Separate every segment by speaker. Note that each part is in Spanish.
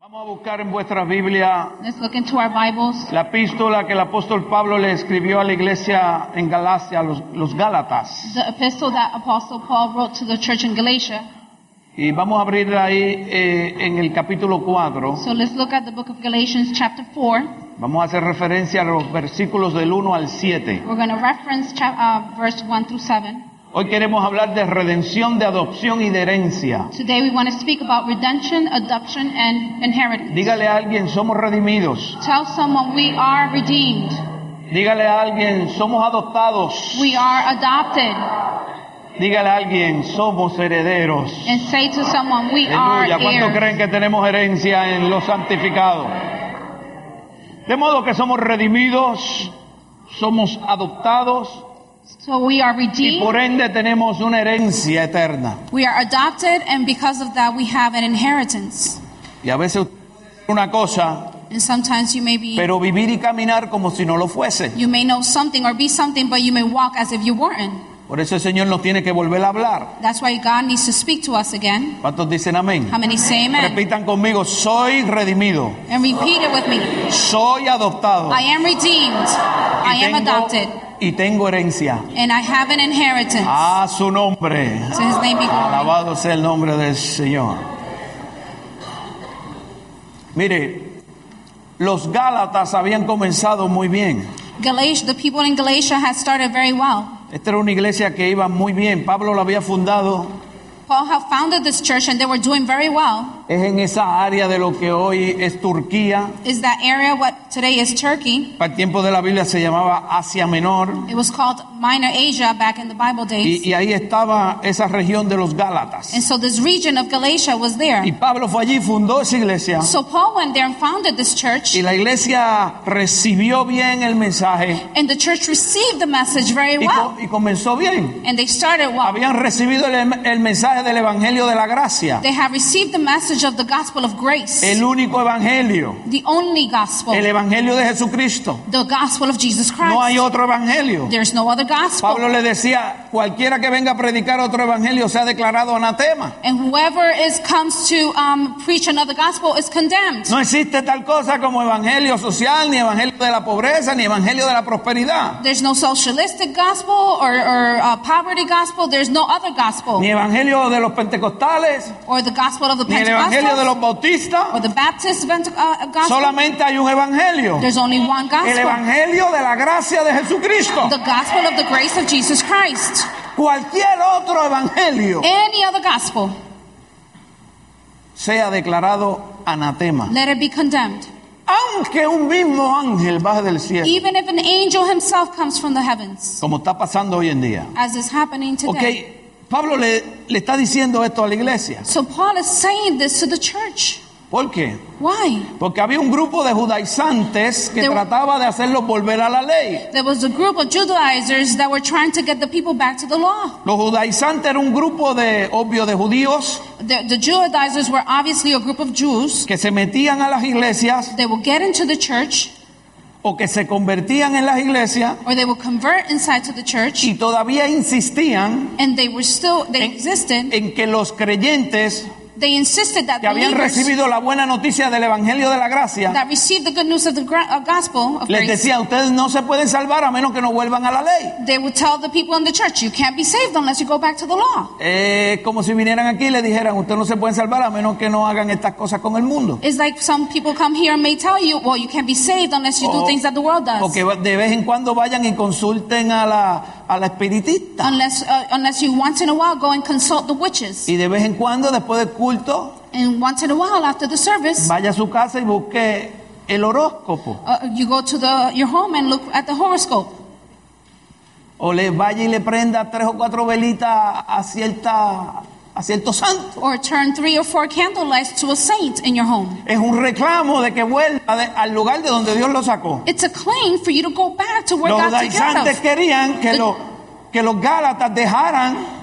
Speaker 1: Vamos a buscar en vuestra Biblia
Speaker 2: Let's look into our Bibles.
Speaker 1: la epístola que el apóstol Pablo le escribió a la iglesia en Galacia, a los, los Gálatas.
Speaker 2: The epistle that Apostle Paul wrote to the church in Galatia.
Speaker 1: Y vamos a abrir ahí eh, en el capítulo 4.
Speaker 2: So let's look at the book of Galatians, chapter 4.
Speaker 1: Vamos a hacer referencia a los versículos del 1 al 7.
Speaker 2: We're going to reference chap- uh, verse 1 through 7.
Speaker 1: Hoy queremos hablar de redención, de adopción y de herencia.
Speaker 2: Today we want to speak about redemption, adoption, and inheritance.
Speaker 1: Dígale a alguien, somos redimidos.
Speaker 2: Tell someone we are redeemed,
Speaker 1: Dígale a alguien, somos adoptados.
Speaker 2: we are adopted,
Speaker 1: Dígale a alguien, somos herederos.
Speaker 2: and say to someone we are
Speaker 1: Aleluya, ¿cuántos
Speaker 2: heirs.
Speaker 1: creen que tenemos herencia en los santificados? De modo que somos redimidos, somos adoptados
Speaker 2: So we are
Speaker 1: y por
Speaker 2: redeemed,
Speaker 1: ende tenemos una herencia eterna.
Speaker 2: we are adopted, and because of that we have an inheritance.
Speaker 1: Y a veces usted puede ser una cosa,
Speaker 2: And sometimes you may be,
Speaker 1: pero vivir y caminar como si no lo fuese.
Speaker 2: you may know something or be something, but you may walk as if you weren't.
Speaker 1: Por eso el Señor nos tiene que volver a hablar.
Speaker 2: That's why God needs to speak to us again.
Speaker 1: ¿Cuántos dicen amén?
Speaker 2: How many say amen?
Speaker 1: Repitan conmigo, soy redimido,
Speaker 2: And repeat it with me.
Speaker 1: soy adoptado
Speaker 2: I am redeemed. I
Speaker 1: y,
Speaker 2: am adopted.
Speaker 1: tengo, y tengo herencia.
Speaker 2: And I have an inheritance.
Speaker 1: A su nombre.
Speaker 2: So his name be glory.
Speaker 1: Alabado sea el nombre del Señor. Mire, los Gálatas habían comenzado muy bien.
Speaker 2: Galatia, the people in Galatia had started very well.
Speaker 1: Esta era una iglesia que iba muy bien. Pablo la había fundado.
Speaker 2: Paul had founded this church and they were doing very well.
Speaker 1: Es en esa área de lo que hoy es Turquía.
Speaker 2: Is that area what today is Turkey?
Speaker 1: Para el tiempo de la Biblia se llamaba Asia Menor.
Speaker 2: It was called Minor Asia back in the Bible days.
Speaker 1: Y, y ahí estaba esa región de los
Speaker 2: And
Speaker 1: Gálatas.
Speaker 2: so this region of Galatia was there.
Speaker 1: Y Pablo fue allí y fundó esa iglesia.
Speaker 2: So Paul went there and founded this church.
Speaker 1: Y la iglesia recibió bien el mensaje.
Speaker 2: And the church received the message very
Speaker 1: Y,
Speaker 2: well.
Speaker 1: co- y comenzó bien.
Speaker 2: And they started well.
Speaker 1: habían recibido el, em, el mensaje del Evangelio de la Gracia,
Speaker 2: They have received the message of the gospel of grace,
Speaker 1: el único Evangelio,
Speaker 2: the only gospel,
Speaker 1: el Evangelio de Jesucristo.
Speaker 2: the gospel of Jesus Christ.
Speaker 1: No hay otro Evangelio.
Speaker 2: There's no other gospel.
Speaker 1: Pablo le decía, cualquiera que venga a predicar otro Evangelio sea declarado anatema.
Speaker 2: and whoever is comes to um, preach another gospel is condemned.
Speaker 1: No existe tal cosa como Evangelio social, ni Evangelio de la pobreza, ni Evangelio de la prosperidad,
Speaker 2: There's no socialistic gospel or, or uh, poverty gospel. There's no other gospel.
Speaker 1: ni Evangelio de los pentecostales,
Speaker 2: or the gospel of the
Speaker 1: ni el Evangelio de
Speaker 2: Pentecostals.
Speaker 1: los bautistas.
Speaker 2: or the Baptist Pente- uh, gospel.
Speaker 1: Solamente hay un Evangelio,
Speaker 2: There's only one gospel.
Speaker 1: el Evangelio de la gracia de Jesucristo.
Speaker 2: the gospel of the grace of Jesus Christ.
Speaker 1: Cualquier otro Evangelio
Speaker 2: Any other gospel,
Speaker 1: sea declarado anatema.
Speaker 2: let it be condemned.
Speaker 1: Aunque un mismo ángel baje del cielo,
Speaker 2: Even if an angel himself comes from the heavens.
Speaker 1: como está pasando hoy en día.
Speaker 2: as is happening
Speaker 1: Ok,
Speaker 2: today.
Speaker 1: Pablo le, le está diciendo esto a la iglesia.
Speaker 2: So Paul is saying this to the church.
Speaker 1: ¿Por qué?
Speaker 2: Why?
Speaker 1: Porque había un grupo de judaizantes que
Speaker 2: There-
Speaker 1: trataba de hacerlos volver a la ley.
Speaker 2: There was a group of Judaizers that were trying to get the people back to the law.
Speaker 1: Los judaizantes era un grupo de, obvio, de judíos
Speaker 2: The, the Judaizers were obviously a group of Jews.
Speaker 1: que se metían a las iglesias
Speaker 2: They would get into the church
Speaker 1: o que se convertían en las iglesias
Speaker 2: or they would convert inside to the church
Speaker 1: y todavía insistían
Speaker 2: and they were still, they
Speaker 1: En-
Speaker 2: existed.
Speaker 1: en que los creyentes
Speaker 2: They insisted that
Speaker 1: que habían
Speaker 2: believers
Speaker 1: recibido la buena noticia del Evangelio de la Gracia
Speaker 2: that received the good news of the gra- uh, gospel of
Speaker 1: Les
Speaker 2: grace,
Speaker 1: decía, ustedes no se pueden salvar a menos que no vuelvan a la ley.
Speaker 2: they would tell the people in the church, you can't be saved unless you go back to the law.
Speaker 1: Eh, como si vinieran aquí y le dijeran, ustedes no se pueden salvar a menos que no hagan estas cosas con el mundo.
Speaker 2: It's like some people come here and may tell you, well, you can't be saved unless
Speaker 1: Oh,
Speaker 2: you do things that the world does.
Speaker 1: O que va- de vez en cuando vayan y consulten a la, a la espiritista.
Speaker 2: Unless, uh, unless you once in a while go and consult the witches.
Speaker 1: Y de vez en cuando, después del culto,
Speaker 2: And once in a while after the service,
Speaker 1: vaya a su casa y busque el horóscopo.
Speaker 2: uh, you go to the, your home and look at the horoscope.
Speaker 1: O le vaya y le prenda tres o cuatro velitas a, cierta, a cierto santo.
Speaker 2: Or turn three or four candlelights to a saint in your home.
Speaker 1: Es un reclamo de que vuelva de- al lugar de donde Dios lo sacó.
Speaker 2: It's a claim for you to go back to where
Speaker 1: Los
Speaker 2: God took you out
Speaker 1: judaizantes
Speaker 2: of.
Speaker 1: querían que,
Speaker 2: The-
Speaker 1: los- que los gálatas dejaran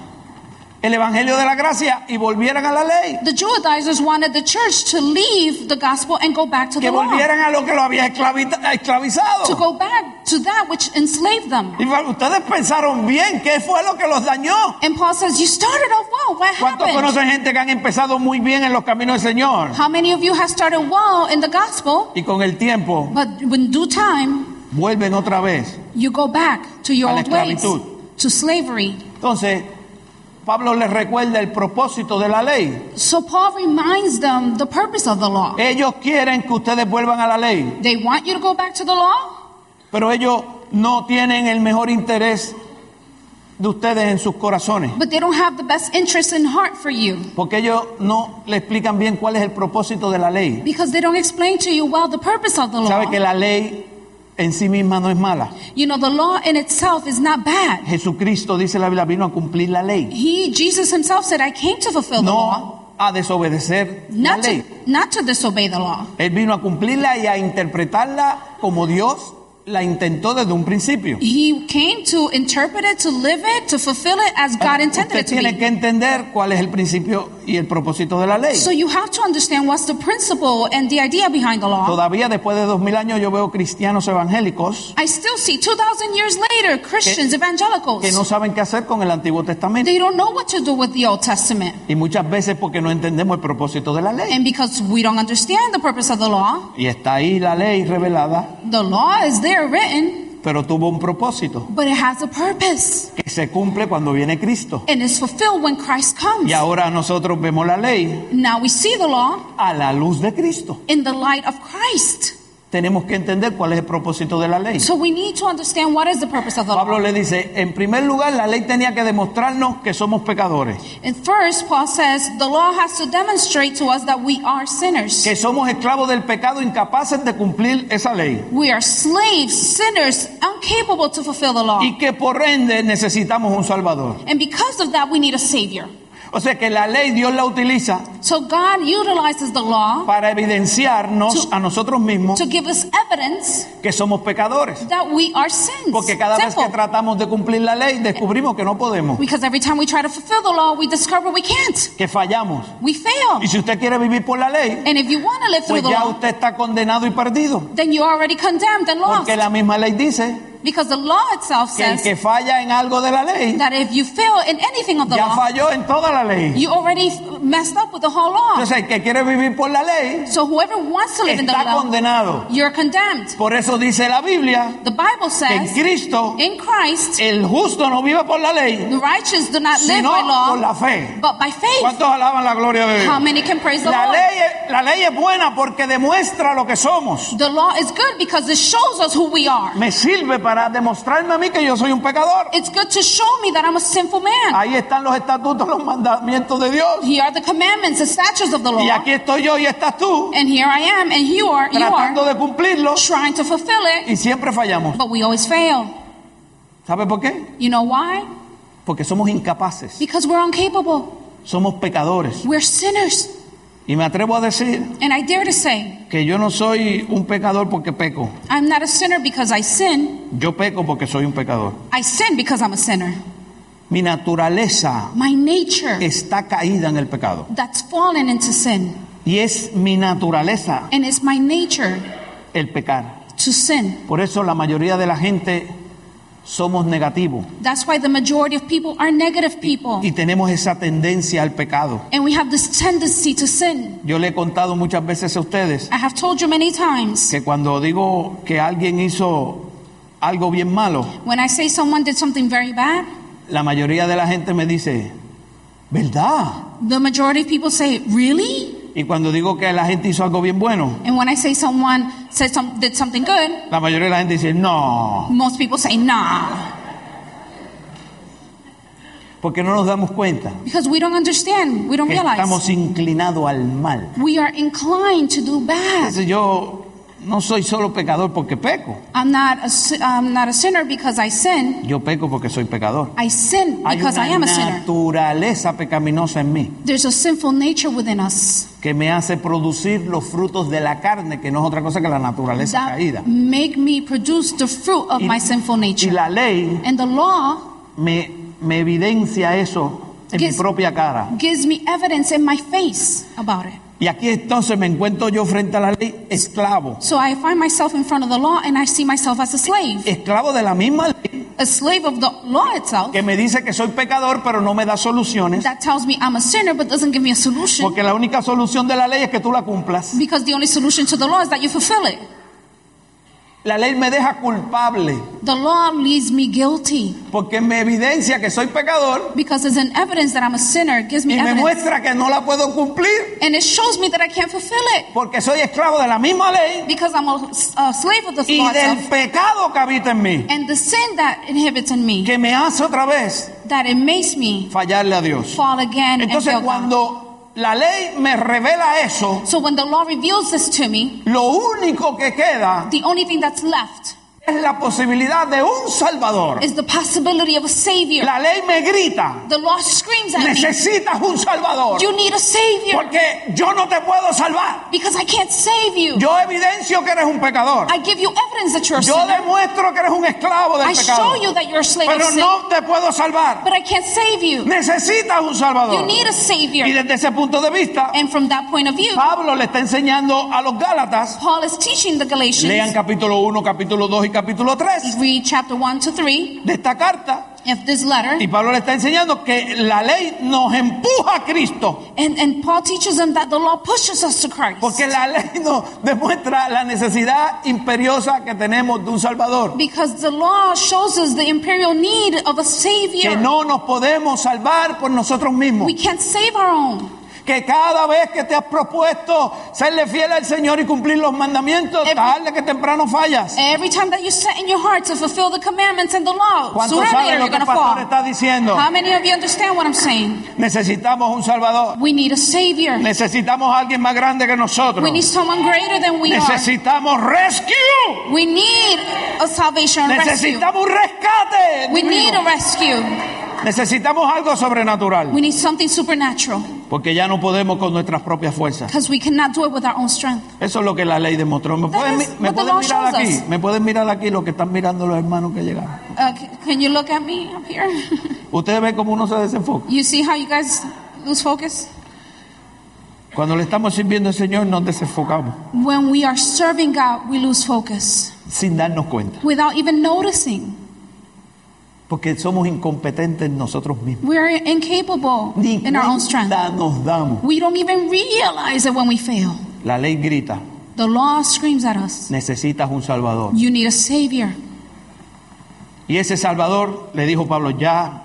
Speaker 1: el Evangelio de la Gracia y volvieran a la ley.
Speaker 2: The Judaizers wanted the church to leave the gospel and go back to
Speaker 1: Que
Speaker 2: the law.
Speaker 1: volvieran a lo que lo había esclavita-
Speaker 2: To
Speaker 1: esclavizado.
Speaker 2: go back to that which enslaved them.
Speaker 1: Y bueno, ustedes pensaron bien qué fue lo que los dañó.
Speaker 2: And Paul says, You started off well. What
Speaker 1: ¿Cuántos
Speaker 2: happened?
Speaker 1: conocen gente que han empezado muy bien en los caminos del Señor?
Speaker 2: How many of you have started well in the gospel,
Speaker 1: Y con el tiempo
Speaker 2: but in due time,
Speaker 1: vuelven otra vez.
Speaker 2: you go back to your
Speaker 1: A la
Speaker 2: old ways,
Speaker 1: esclavitud.
Speaker 2: to slavery?
Speaker 1: Entonces, Pablo les recuerda el propósito de la ley.
Speaker 2: So Paul reminds them the purpose of the law.
Speaker 1: Ellos quieren que ustedes vuelvan a la ley,
Speaker 2: They want you to go back to the law,
Speaker 1: pero ellos no tienen el mejor interés de ustedes en sus corazones.
Speaker 2: but they don't have the best interest in heart for you
Speaker 1: Porque ellos no le explican bien cuál es el propósito de la ley.
Speaker 2: because they don't explain to you well the purpose of the law.
Speaker 1: Sabe que la ley en sí misma no es mala.
Speaker 2: You know, the law in itself is not bad.
Speaker 1: Jesucristo, dice la Biblia, vino a cumplir la ley,
Speaker 2: He, Jesus himself said, I came to fulfill the law,
Speaker 1: no a desobedecer la
Speaker 2: not to,
Speaker 1: ley.
Speaker 2: not to disobey the law.
Speaker 1: Él vino a cumplirla y a interpretarla como Dios la intentó desde un principio.
Speaker 2: He came to interpret it, to live it, to fulfill it as God intended
Speaker 1: Usted
Speaker 2: it to
Speaker 1: tiene
Speaker 2: be.
Speaker 1: que entender cuál es el principio y el propósito de la ley.
Speaker 2: So you have to understand what's the principle and the idea behind the law.
Speaker 1: Todavía después de dos mil años yo veo cristianos evangélicos
Speaker 2: I still see 2,000 years later Christians, evangelicals,
Speaker 1: que no saben qué hacer con el Antiguo Testamento.
Speaker 2: they don't know what to do with the Old Testament.
Speaker 1: Y muchas veces porque no entendemos el propósito de la ley.
Speaker 2: And because we don't understand the purpose of the law,
Speaker 1: Y está ahí la ley revelada,
Speaker 2: the law is there written,
Speaker 1: pero tuvo un propósito
Speaker 2: but it has a purpose
Speaker 1: que se cumple cuando viene Cristo.
Speaker 2: and is fulfilled when Christ comes.
Speaker 1: Y ahora nosotros vemos la ley
Speaker 2: Now we see the law
Speaker 1: a la luz de Cristo.
Speaker 2: in the light of Christ.
Speaker 1: Tenemos que entender cuál es el propósito de la ley.
Speaker 2: So we need to understand what is the purpose of the law.
Speaker 1: Pablo le dice, en primer lugar, la ley tenía que demostrarnos que somos pecadores,
Speaker 2: And first, Paul says the law has to demonstrate to us that we are sinners.
Speaker 1: que somos esclavos del pecado, incapaces de cumplir esa ley
Speaker 2: We are slaves, sinners, incapable to fulfill the law.
Speaker 1: y que por ende necesitamos un Salvador.
Speaker 2: And because of that, we need a Savior.
Speaker 1: O sea que la ley Dios la utiliza
Speaker 2: So God utilizes the law
Speaker 1: para evidenciarnos a nosotros mismos
Speaker 2: to give us evidence
Speaker 1: que somos pecadores.
Speaker 2: that we are sins.
Speaker 1: Porque cada vez que
Speaker 2: Simple.
Speaker 1: tratamos de cumplir la ley, descubrimos que no podemos,
Speaker 2: Because every time we try to fulfill the law, we discover we can't.
Speaker 1: que fallamos.
Speaker 2: We fail.
Speaker 1: Y si usted quiere vivir por la ley,
Speaker 2: And if you want to live
Speaker 1: pues
Speaker 2: through the
Speaker 1: ya
Speaker 2: law,
Speaker 1: usted está condenado y perdido.
Speaker 2: then you're already condemned and lost.
Speaker 1: Porque la misma ley dice
Speaker 2: Because the law itself
Speaker 1: que el
Speaker 2: says
Speaker 1: que falla en algo de la ley,
Speaker 2: that if you fail in anything of the
Speaker 1: ya
Speaker 2: law,
Speaker 1: falló en toda la ley.
Speaker 2: you already f- messed up with the whole law.
Speaker 1: Entonces, el que quiere vivir por la ley
Speaker 2: So whoever wants to live in the
Speaker 1: está
Speaker 2: law,
Speaker 1: condenado.
Speaker 2: you're condemned.
Speaker 1: Por eso dice la Biblia
Speaker 2: The Bible
Speaker 1: que en
Speaker 2: says
Speaker 1: Cristo
Speaker 2: in Christ,
Speaker 1: el justo no vive por la ley,
Speaker 2: the righteous do not live
Speaker 1: sino
Speaker 2: by
Speaker 1: por la
Speaker 2: law,
Speaker 1: fe.
Speaker 2: but by faith.
Speaker 1: ¿Cuántos alaban la gloria de
Speaker 2: How
Speaker 1: Dios?
Speaker 2: many can praise the
Speaker 1: La
Speaker 2: Lord?
Speaker 1: ley, es- la ley es buena porque demuestra lo que somos.
Speaker 2: The law is good because it shows us who we are.
Speaker 1: Me sirve para demostrarme a mí que yo soy un pecador.
Speaker 2: It's good to show me that I'm a sinful man.
Speaker 1: Ahí están los estatutos, los mandamientos de Dios.
Speaker 2: Here are the commandments, the statutes of the
Speaker 1: Y
Speaker 2: law.
Speaker 1: aquí estoy yo y estás tú
Speaker 2: And here I am, and you are, you
Speaker 1: tratando
Speaker 2: are
Speaker 1: de cumplirlos
Speaker 2: trying to fulfill it,
Speaker 1: y siempre fallamos.
Speaker 2: but we always fail.
Speaker 1: ¿Sabe por qué?
Speaker 2: You know why?
Speaker 1: Porque somos incapaces,
Speaker 2: Because we're incapable.
Speaker 1: somos pecadores.
Speaker 2: We're sinners.
Speaker 1: Y me atrevo a decir
Speaker 2: And I dare to say,
Speaker 1: que yo no soy un pecador porque peco.
Speaker 2: I'm not a sinner because I sin.
Speaker 1: Yo peco porque soy un pecador.
Speaker 2: I sin because I'm a sinner.
Speaker 1: Mi naturaleza
Speaker 2: My nature
Speaker 1: está caída en el pecado.
Speaker 2: that's fallen into sin.
Speaker 1: Y es mi naturaleza
Speaker 2: And it's my nature
Speaker 1: el pecar.
Speaker 2: to sin.
Speaker 1: Por eso la mayoría de la gente somos negativos
Speaker 2: That's why the majority of people are negative people.
Speaker 1: y tenemos esa tendencia al pecado.
Speaker 2: And we have this tendency to sin.
Speaker 1: Yo le he contado muchas veces a ustedes
Speaker 2: I have told you many times
Speaker 1: que cuando digo que alguien hizo algo bien malo,
Speaker 2: when I say someone did something very bad,
Speaker 1: la mayoría de la gente me dice, ¿verdad?
Speaker 2: the majority of people say, Really?
Speaker 1: Y cuando digo que la gente hizo algo bien bueno,
Speaker 2: And when I say someone said some, did something good,
Speaker 1: la mayoría de la gente dice, no,
Speaker 2: most people say, Nah.
Speaker 1: porque no nos damos cuenta
Speaker 2: Because we don't understand, we don't
Speaker 1: que
Speaker 2: realize.
Speaker 1: estamos inclinados al mal.
Speaker 2: We are inclined to do bad.
Speaker 1: Entonces yo no soy solo pecador porque peco,
Speaker 2: I'm not a, si- I'm not a sinner because I sin.
Speaker 1: yo peco porque soy pecador.
Speaker 2: I sin
Speaker 1: Hay
Speaker 2: because I
Speaker 1: una
Speaker 2: am a sinner.
Speaker 1: naturaleza pecaminosa en mí
Speaker 2: There's a sinful nature within us
Speaker 1: que me hace producir los frutos de la carne, que no es otra cosa que la naturaleza caída.
Speaker 2: that make me produce the fruit of
Speaker 1: Y-
Speaker 2: my sinful
Speaker 1: Y
Speaker 2: nature.
Speaker 1: la ley
Speaker 2: And the law
Speaker 1: me, me evidencia eso
Speaker 3: en mi
Speaker 2: Gives-
Speaker 3: propia cara.
Speaker 2: gives me evidence in my face about it.
Speaker 1: Y aquí entonces me encuentro yo frente a la ley esclavo.
Speaker 2: So I find myself in front of the law and I see myself as a slave,
Speaker 1: Esclavo de la misma ley
Speaker 2: a slave of the law itself
Speaker 1: que me dice que soy pecador pero no me da soluciones.
Speaker 2: that tells me I'm a sinner but doesn't give me a solution
Speaker 1: Porque la única solución de la ley es que tú la cumplas.
Speaker 2: because the only solution to the law is that you fulfill it.
Speaker 1: La ley me deja culpable
Speaker 2: The law leaves me guilty
Speaker 1: porque me evidencia que soy pecador
Speaker 2: because it's an evidence that I'm a sinner, it gives me
Speaker 1: y me
Speaker 2: evidence.
Speaker 1: muestra que no la puedo cumplir
Speaker 2: And it shows me that I can't fulfill it
Speaker 1: porque soy esclavo de la misma ley
Speaker 2: because I'm a, a slave of the
Speaker 1: y
Speaker 2: law
Speaker 1: del
Speaker 2: itself
Speaker 1: pecado que habita en mí,
Speaker 2: and the sin that inhibits in me
Speaker 1: que me hace otra vez
Speaker 2: that it makes me
Speaker 1: fallarle a Dios.
Speaker 2: fall again and
Speaker 1: Entonces
Speaker 2: fail God.
Speaker 1: cuando la ley me revela eso,
Speaker 2: So when the law reveals this to me,
Speaker 1: lo único que queda
Speaker 2: the only thing that's left
Speaker 1: es la posibilidad de un salvador.
Speaker 2: is the possibility of a savior.
Speaker 1: La ley me grita,
Speaker 2: The law screams at me,
Speaker 1: necesitas un salvador
Speaker 2: you need a savior
Speaker 1: porque yo no te puedo salvar.
Speaker 2: because I can't save you.
Speaker 1: Yo evidencio que eres un pecador.
Speaker 2: I give you evidence that you're a
Speaker 1: Yo
Speaker 2: sinner.
Speaker 1: demuestro que eres un esclavo del
Speaker 2: I
Speaker 1: pecado.
Speaker 2: show you that you're a slave of
Speaker 1: Pero
Speaker 2: sin,
Speaker 1: no te puedo salvar.
Speaker 2: but I can't save you.
Speaker 1: Necesitas un
Speaker 2: You
Speaker 1: salvador.
Speaker 2: need a
Speaker 1: Y
Speaker 2: savior.
Speaker 1: desde ese punto de vista,
Speaker 2: And from that point of view,
Speaker 1: Pablo le está enseñando a los Gálatas,
Speaker 2: Paul is teaching the
Speaker 1: lean
Speaker 2: Galatians,
Speaker 1: capítulo 1, capítulo 2 y capítulo 3
Speaker 2: read chapter 1 to 3
Speaker 1: de esta carta.
Speaker 2: of this letter.
Speaker 1: Y Pablo le está enseñando que la ley nos empuja a Cristo,
Speaker 2: And, and Paul teaches them that the law pushes us to Christ
Speaker 1: porque la ley nos demuestra la necesidad imperiosa que tenemos de un Salvador,
Speaker 2: because the law shows us the imperial need of a
Speaker 1: que
Speaker 2: savior.
Speaker 1: no nos podemos salvar por nosotros mismos,
Speaker 2: We can't save our own.
Speaker 1: que cada vez que te has propuesto serle fiel al Señor y cumplir los mandamientos,
Speaker 2: Every-
Speaker 1: tarde que temprano fallas.
Speaker 2: Every time that you set in your heart to fulfill the commandments and the law, sooner
Speaker 1: ¿Cuántos
Speaker 2: or
Speaker 1: saben
Speaker 2: later
Speaker 1: lo
Speaker 2: you're
Speaker 1: que el
Speaker 2: going to
Speaker 1: pastor
Speaker 2: fall.
Speaker 1: está diciendo?
Speaker 2: How many of you understand what I'm saying?
Speaker 1: Necesitamos un Salvador,
Speaker 2: We need a savior.
Speaker 1: necesitamos a alguien más grande que
Speaker 2: We need
Speaker 1: nosotros,
Speaker 2: someone greater than we are.
Speaker 1: necesitamos rescue.
Speaker 2: We need a salvation and rescue.
Speaker 1: Necesitamos un rescate.
Speaker 2: We
Speaker 1: divino.
Speaker 2: need a rescue.
Speaker 1: Necesitamos algo sobrenatural.
Speaker 2: We need something supernatural
Speaker 1: Porque ya no podemos con nuestras propias fuerzas.
Speaker 2: because we cannot do it with our own strength.
Speaker 1: Eso es lo que la ley demostró. ¿Me
Speaker 2: That
Speaker 1: pueden,
Speaker 2: is
Speaker 1: mi- me
Speaker 2: what the
Speaker 1: pueden
Speaker 2: law
Speaker 1: mirar
Speaker 2: shows
Speaker 1: aquí?
Speaker 2: us.
Speaker 1: ¿Me pueden mirar aquí lo que están mirando los hermanos que llegaron?
Speaker 2: Uh, c- can you look at me up here?
Speaker 1: Ustedes ven cómo uno se desenfoca.
Speaker 2: you see how you guys lose focus?
Speaker 1: Cuando le estamos sirviendo al Señor nos desenfocamos
Speaker 2: When we are serving God, we lose focus
Speaker 1: sin darnos cuenta.
Speaker 2: without even noticing.
Speaker 1: Porque somos incompetentes nosotros mismos.
Speaker 2: We are incapable
Speaker 1: Ni
Speaker 2: in our own strength.
Speaker 1: cuenta nos damos.
Speaker 2: We don't even realize it when we fail.
Speaker 1: La ley grita,
Speaker 2: The law screams at us
Speaker 1: necesitas un Salvador.
Speaker 2: you need a savior.
Speaker 1: Y ese Salvador, le dijo Pablo, ya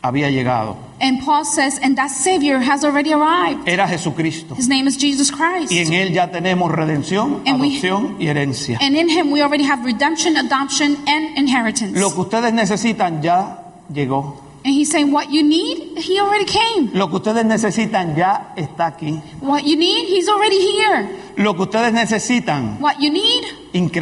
Speaker 1: había llegado.
Speaker 2: And Paul says, and that Savior has already arrived.
Speaker 1: Era Jesucristo.
Speaker 2: His name is Jesus Christ.
Speaker 1: Y en Él ya tenemos redención,
Speaker 2: And we-
Speaker 1: adopción y herencia.
Speaker 2: And in him we already have redemption, adoption, and inheritance.
Speaker 1: Lo que ustedes necesitan ya llegó.
Speaker 2: And he's saying, what you need, he already came.
Speaker 1: Lo que ustedes necesitan ya está aquí.
Speaker 2: What you need, he's already here.
Speaker 1: Lo que ustedes necesitan,
Speaker 2: What you need,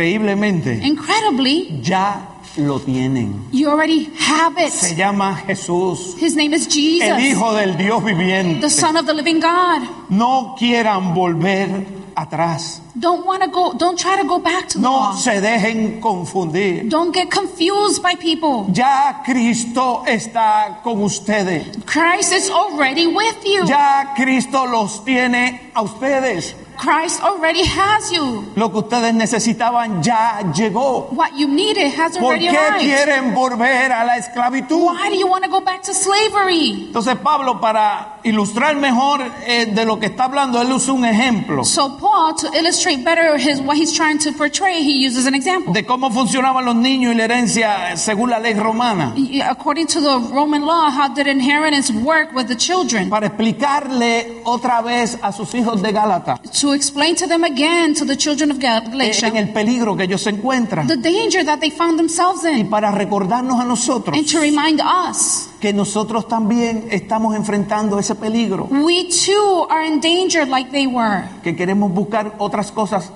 Speaker 1: increíblemente,
Speaker 2: incredibly,
Speaker 1: ya lo tienen.
Speaker 2: you already have
Speaker 1: Se
Speaker 2: it.
Speaker 1: llama Jesús,
Speaker 2: His name is
Speaker 1: el
Speaker 2: Jesus,
Speaker 1: Hijo del Dios viviente.
Speaker 2: the Son of the living God.
Speaker 1: No quieran volver atrás.
Speaker 2: Don't want to go, don't try to go back to the
Speaker 1: No
Speaker 2: law.
Speaker 1: se dejen confundir.
Speaker 2: Don't get confused by people.
Speaker 1: Ya Cristo está con ustedes.
Speaker 2: Christ is already with you.
Speaker 1: Ya Cristo los tiene a ustedes.
Speaker 2: Christ already has you.
Speaker 1: Lo que ustedes necesitaban ya llegó.
Speaker 2: What you needed has
Speaker 1: ¿Por
Speaker 2: already
Speaker 1: qué
Speaker 2: arrived.
Speaker 1: quieren volver a la esclavitud?
Speaker 2: Why do you want to go back to slavery?
Speaker 1: Entonces Pablo, para ilustrar mejor eh, de lo que está hablando, él usa un ejemplo
Speaker 2: So Paul, to illustrate better his what he's trying to portray, he uses an example.
Speaker 1: de cómo funcionaban los niños y la herencia eh, según la ley romana,
Speaker 2: According to the Roman law, how did inheritance work with the children?
Speaker 1: para explicarle otra vez a sus hijos de Gálata
Speaker 2: To explain to them again to the children of Gal-
Speaker 1: eh, en
Speaker 2: Galatia
Speaker 1: el peligro que ellos se encuentran
Speaker 2: the danger that they found themselves
Speaker 1: y
Speaker 2: in,
Speaker 1: para recordarnos a nosotros
Speaker 2: and to remind us
Speaker 1: que nosotros también estamos enfrentando ese peligro,
Speaker 2: we too are in danger like they were.
Speaker 1: que queremos buscar otras cosas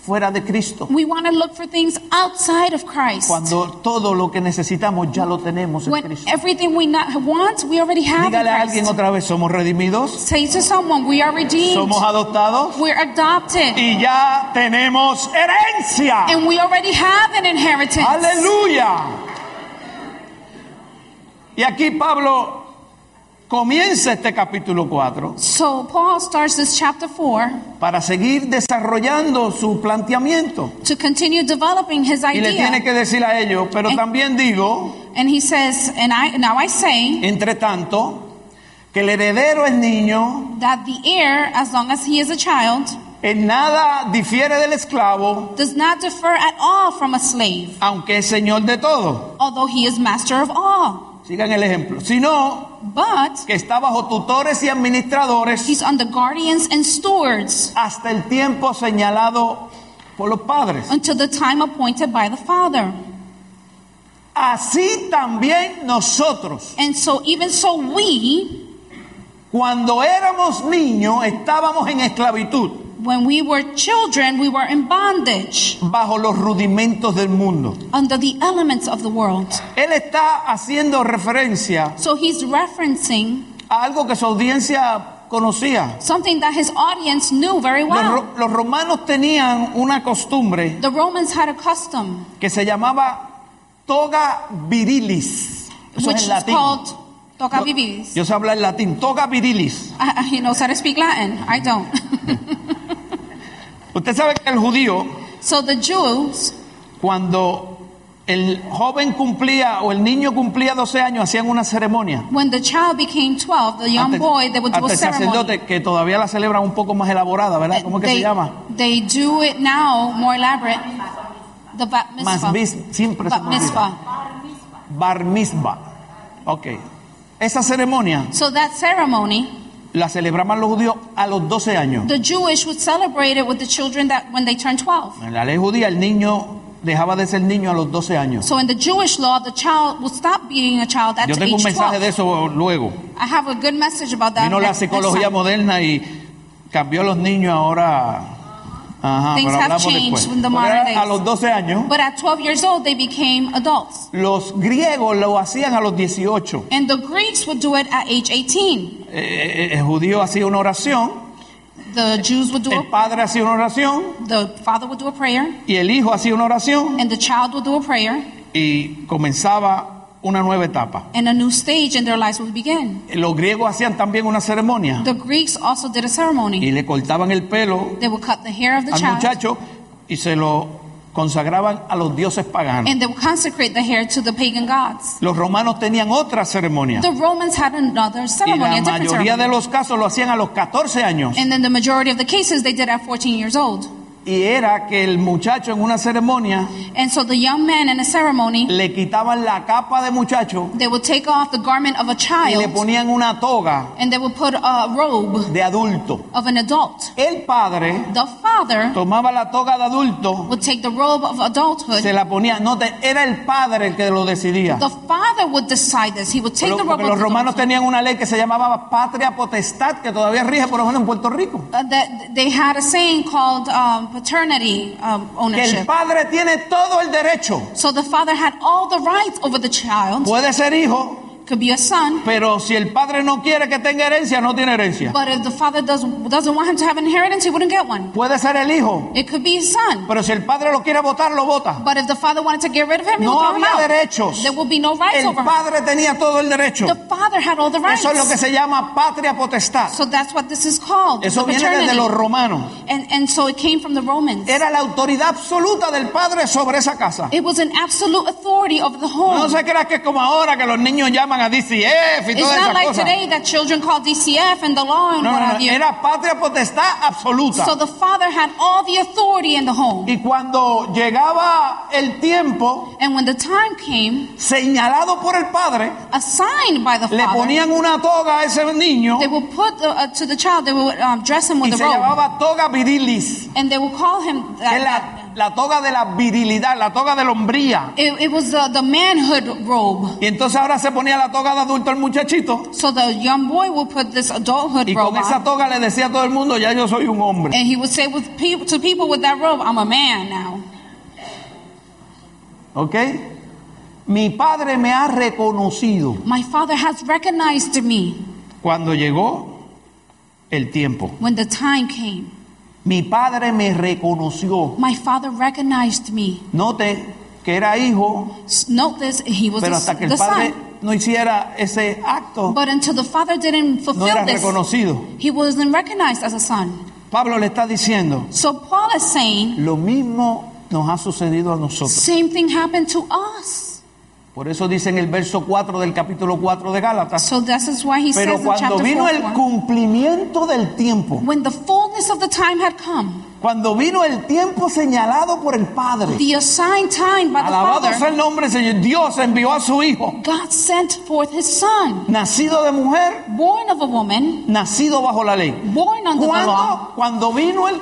Speaker 1: fuera de Cristo.
Speaker 2: We want to look for things outside of Christ.
Speaker 1: Cuando todo lo que necesitamos ya lo tenemos en
Speaker 2: When
Speaker 1: Cristo.
Speaker 2: everything we not want, we already have in
Speaker 1: Dígale a alguien
Speaker 2: Christ.
Speaker 1: otra vez, somos redimidos,
Speaker 2: Say to someone, we are redeemed.
Speaker 1: somos adoptados
Speaker 2: We're adopted.
Speaker 1: y ya tenemos herencia.
Speaker 2: And we already have an inheritance.
Speaker 1: Aleluya. Y aquí Pablo comienza este capítulo 4
Speaker 2: So Paul starts this chapter 4
Speaker 1: para seguir desarrollando su planteamiento.
Speaker 2: to continue developing his
Speaker 1: Y le tiene
Speaker 2: idea.
Speaker 1: que decir a ellos, pero
Speaker 2: Eh.
Speaker 1: también digo,
Speaker 2: And he says, and I now I say
Speaker 1: entre tanto, que el heredero es niño,
Speaker 2: that the heir, as long as he is a child,
Speaker 1: en nada difiere del esclavo,
Speaker 2: does not differ at all from a slave,
Speaker 1: aunque es señor de todo.
Speaker 2: although he is master of all.
Speaker 1: Sigan el ejemplo. Sino
Speaker 2: But
Speaker 1: que está bajo tutores y administradores
Speaker 2: he's under guardians and stewards
Speaker 1: hasta el tiempo señalado por los padres.
Speaker 2: until the time appointed by the Father.
Speaker 1: Así también nosotros,
Speaker 2: And so, even so, we,
Speaker 1: cuando éramos niños, estábamos en esclavitud,
Speaker 2: when we were children, we were in bondage
Speaker 1: bajo los rudimentos del mundo.
Speaker 2: under the elements of the world.
Speaker 1: Él está haciendo referencia
Speaker 2: So, he's referencing
Speaker 1: a algo que su audiencia conocía.
Speaker 2: something that his audience knew very
Speaker 1: Los,
Speaker 2: well.
Speaker 1: ro- los romanos tenían una costumbre
Speaker 2: The Romans had a custom,
Speaker 1: que se llamaba toga virilis. Eso
Speaker 2: which
Speaker 1: es en
Speaker 2: is
Speaker 1: latín.
Speaker 2: called toca
Speaker 1: Yo-
Speaker 2: vivis.
Speaker 1: Yo sé hablar latín. Toga virilis.
Speaker 2: I- I- He knows how to speak Latin. I don't.
Speaker 1: Usted sabe que el judío,
Speaker 2: so the Jews,
Speaker 1: cuando el joven cumplía o el niño cumplía 12 años, hacían una ceremonia.
Speaker 2: when the child became 12, the young
Speaker 1: Antes-
Speaker 2: boy, they would do
Speaker 1: hasta
Speaker 2: a
Speaker 1: el
Speaker 2: ceremony. Eh,
Speaker 1: sacerdote, que todavía la celebran un poco más elaborada, ¿verdad? ¿Cómo es que
Speaker 2: they,
Speaker 1: se llama?
Speaker 2: They do it now more elaborate. The bat
Speaker 1: Mas
Speaker 2: mitzvah.
Speaker 1: bis, siempre se
Speaker 2: Bat
Speaker 1: me olvida.
Speaker 2: mitzvah.
Speaker 1: Bar mitzvah. Ok. Esa ceremonia
Speaker 2: So that ceremony,
Speaker 1: la celebraban los judíos a los 12 años.
Speaker 2: the Jewish would celebrate it with the children that when they turn 12.
Speaker 1: En la ley judía el niño dejaba de ser niño a los 12 años.
Speaker 2: So in the Jewish law, the child will stop being a child at
Speaker 1: Yo tengo
Speaker 2: age
Speaker 1: un mensaje
Speaker 2: 12.
Speaker 1: de eso luego.
Speaker 2: I have a good message about that.
Speaker 1: Vino la
Speaker 2: next- next
Speaker 1: psicología
Speaker 2: time.
Speaker 1: moderna y cambió a los niños ahora. Ajá,
Speaker 2: Things
Speaker 1: pero
Speaker 2: have
Speaker 1: hablamos
Speaker 2: changed
Speaker 1: después.
Speaker 2: with the
Speaker 1: Porque
Speaker 2: modern
Speaker 1: era a
Speaker 2: days.
Speaker 1: los 12 años,
Speaker 2: But at 12 years old, they became adults.
Speaker 1: los griegos lo hacían a los 18.
Speaker 2: And the Greeks would do it at age 18.
Speaker 1: Eh, eh, el judío hacía una oración,
Speaker 2: The Jews would do
Speaker 1: el
Speaker 2: it.
Speaker 1: padre hacía una oración
Speaker 2: The father would do a prayer,
Speaker 1: y el hijo hacía una oración
Speaker 2: and the child would do a prayer,
Speaker 1: y comenzaba una nueva etapa.
Speaker 2: and a new stage in their lives would begin.
Speaker 1: Los griegos hacían también una ceremonia
Speaker 2: The Greeks also did a ceremony.
Speaker 1: y le cortaban el pelo
Speaker 2: They would cut the hair of the
Speaker 1: al
Speaker 2: child,
Speaker 1: muchacho y se lo consagraban a los dioses paganos.
Speaker 2: and they would consecrate the hair to the pagan gods.
Speaker 1: Los romanos tenían otra ceremonia
Speaker 2: The Romans had another
Speaker 1: y
Speaker 2: ceremony,
Speaker 1: la
Speaker 2: a different
Speaker 1: mayoría de
Speaker 2: ceremony.
Speaker 1: los casos lo hacían a los 14 años
Speaker 2: And then the majority of the cases they did at 14 years old.
Speaker 1: y era que el muchacho en una ceremonia
Speaker 2: And so the young man in a ceremony,
Speaker 1: le quitaban la capa de muchacho
Speaker 2: they would take off the garment of a
Speaker 1: y le
Speaker 2: child,
Speaker 1: ponían una toga
Speaker 2: and they would put a robe
Speaker 1: de adulto.
Speaker 2: of an adult.
Speaker 1: El padre
Speaker 2: The father
Speaker 1: tomaba la toga de adulto,
Speaker 2: would take the robe of adulthood.
Speaker 1: se la ponía, no te- era el padre el que lo decidía.
Speaker 2: The father would decide this. He would take
Speaker 1: Lo-
Speaker 2: the robe
Speaker 1: porque
Speaker 2: of
Speaker 1: los romanos
Speaker 2: adulthood.
Speaker 1: tenían una ley que se llamaba patria potestad, que todavía rige por lo menos en Puerto Rico.
Speaker 2: Uh, that they had a saying called um, paternity um,
Speaker 1: Que el
Speaker 2: ownership.
Speaker 1: padre tiene todo el derecho.
Speaker 2: So the father had all the rights over the child.
Speaker 1: Puede ser hijo,
Speaker 2: Could be a son,
Speaker 1: pero si el padre no quiere que tenga herencia, no tiene herencia.
Speaker 2: but if the father doesn't doesn't want him to have an inheritance, he wouldn't get one.
Speaker 1: Puede ser el hijo,
Speaker 2: It could be his son,
Speaker 1: pero si el padre lo quiere votar, lo vota.
Speaker 2: but if the father wanted to get rid of him, he
Speaker 1: No
Speaker 2: would throw him
Speaker 1: había
Speaker 2: out.
Speaker 1: derechos.
Speaker 2: There would be no rights
Speaker 1: El
Speaker 2: over him.
Speaker 1: padre tenía todo el derecho.
Speaker 2: The father had all the rights.
Speaker 1: Eso es lo que se llama patria potestad.
Speaker 2: So that's what this is called.
Speaker 1: Eso
Speaker 2: the
Speaker 1: viene desde
Speaker 2: paternity.
Speaker 1: los Eh. romanos.
Speaker 2: and and so it came from the Romans.
Speaker 1: Era la autoridad absoluta del padre sobre esa casa.
Speaker 2: It was an absolute authority over the home.
Speaker 1: No se creas que es como ahora que los niños llaman a DCF y
Speaker 2: It's
Speaker 1: todas
Speaker 2: not
Speaker 1: esas
Speaker 2: like
Speaker 1: cosas.
Speaker 2: today that children call DCF and the law and
Speaker 1: No,
Speaker 2: what
Speaker 1: no, no,
Speaker 2: have you.
Speaker 1: era patria potestad absoluta.
Speaker 2: So the father had all the authority in the home.
Speaker 1: Y cuando llegaba el tiempo
Speaker 2: And when the time came,
Speaker 1: señalado por el padre,
Speaker 2: assigned by the
Speaker 1: le
Speaker 2: father,
Speaker 1: ponían una toga a ese niño
Speaker 2: they will put the, uh, to the child, they will um, dress him
Speaker 1: y
Speaker 2: with a
Speaker 1: se
Speaker 2: robe.
Speaker 1: llamaba toga virilis,
Speaker 2: And they will call him
Speaker 1: que
Speaker 2: that.
Speaker 1: es
Speaker 2: that-
Speaker 1: la, la toga de la virilidad, la toga de la hombría.
Speaker 2: it, it was the, the manhood robe.
Speaker 1: Y entonces ahora se ponía la toga de adulto el muchachito
Speaker 2: So the young boy will put this adulthood
Speaker 1: y
Speaker 2: robe
Speaker 1: con esa
Speaker 2: on.
Speaker 1: toga le decía a todo el mundo, ya yo soy un hombre.
Speaker 2: And he would say with people, to people with that robe, I'm a man now.
Speaker 1: ¿Ok? Mi padre me ha reconocido
Speaker 2: My father has recognized me
Speaker 1: cuando llegó el tiempo.
Speaker 2: when the time came.
Speaker 1: Mi padre me reconoció.
Speaker 2: My father recognized me.
Speaker 1: Note que era hijo,
Speaker 2: Note this, he was
Speaker 1: pero
Speaker 2: the-
Speaker 1: hasta que el
Speaker 2: the
Speaker 1: padre
Speaker 2: son.
Speaker 1: no hiciera ese acto,
Speaker 2: But until the father didn't
Speaker 1: no
Speaker 2: fulfill
Speaker 1: era
Speaker 2: this,
Speaker 1: reconocido.
Speaker 2: he wasn't recognized as a son.
Speaker 1: Pablo le está diciendo,
Speaker 2: So Paul is saying,
Speaker 1: lo mismo nos ha sucedido a nosotros.
Speaker 2: same thing happened to us.
Speaker 1: Por eso dice en el verso 4 del capítulo 4 de Gálatas,
Speaker 2: So this is why he
Speaker 1: pero
Speaker 2: says in
Speaker 1: cuando
Speaker 2: chapter ¿eh?
Speaker 1: vino
Speaker 2: 4,
Speaker 1: el cumplimiento del tiempo,
Speaker 2: when the fullness of the time had come,
Speaker 1: cuando vino el tiempo señalado por el Padre,
Speaker 2: the assigned time by the
Speaker 1: alabado sea
Speaker 2: father,
Speaker 1: el nombre del Señor, Dios envió a su hijo,
Speaker 2: God sent forth his son,
Speaker 1: nacido de mujer,
Speaker 2: born of a woman,
Speaker 1: nacido bajo la ley.
Speaker 2: born under the law.
Speaker 1: ¿Cuándo? Cuando vino el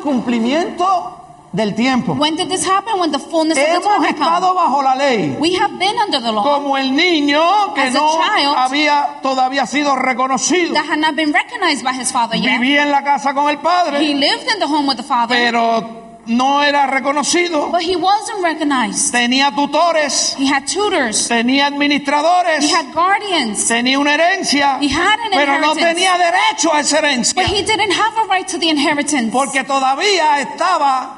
Speaker 1: cumplimiento del tiempo.
Speaker 2: When did this happen? When the fullness of the time
Speaker 1: Hemos
Speaker 2: had come.
Speaker 1: estado bajo la ley.
Speaker 2: We have been under the law
Speaker 1: Como el niño que
Speaker 2: As a
Speaker 1: no
Speaker 2: child.
Speaker 1: había todavía sido reconocido.
Speaker 2: that had not been recognized by his father yet.
Speaker 1: Vivía en la casa con el padre,
Speaker 2: He lived in the home with the father,
Speaker 1: pero no era reconocido.
Speaker 2: but he wasn't recognized.
Speaker 1: Tenía tutores,
Speaker 2: He had tutors,
Speaker 1: tenía
Speaker 2: he
Speaker 1: administradores,
Speaker 2: had guardians,
Speaker 1: tenía una herencia,
Speaker 2: He had an
Speaker 1: pero no
Speaker 2: inheritance. Pues,
Speaker 1: tenía derecho a esa
Speaker 2: but
Speaker 1: herencia
Speaker 2: he didn't have a right to the inheritance
Speaker 1: porque todavía estaba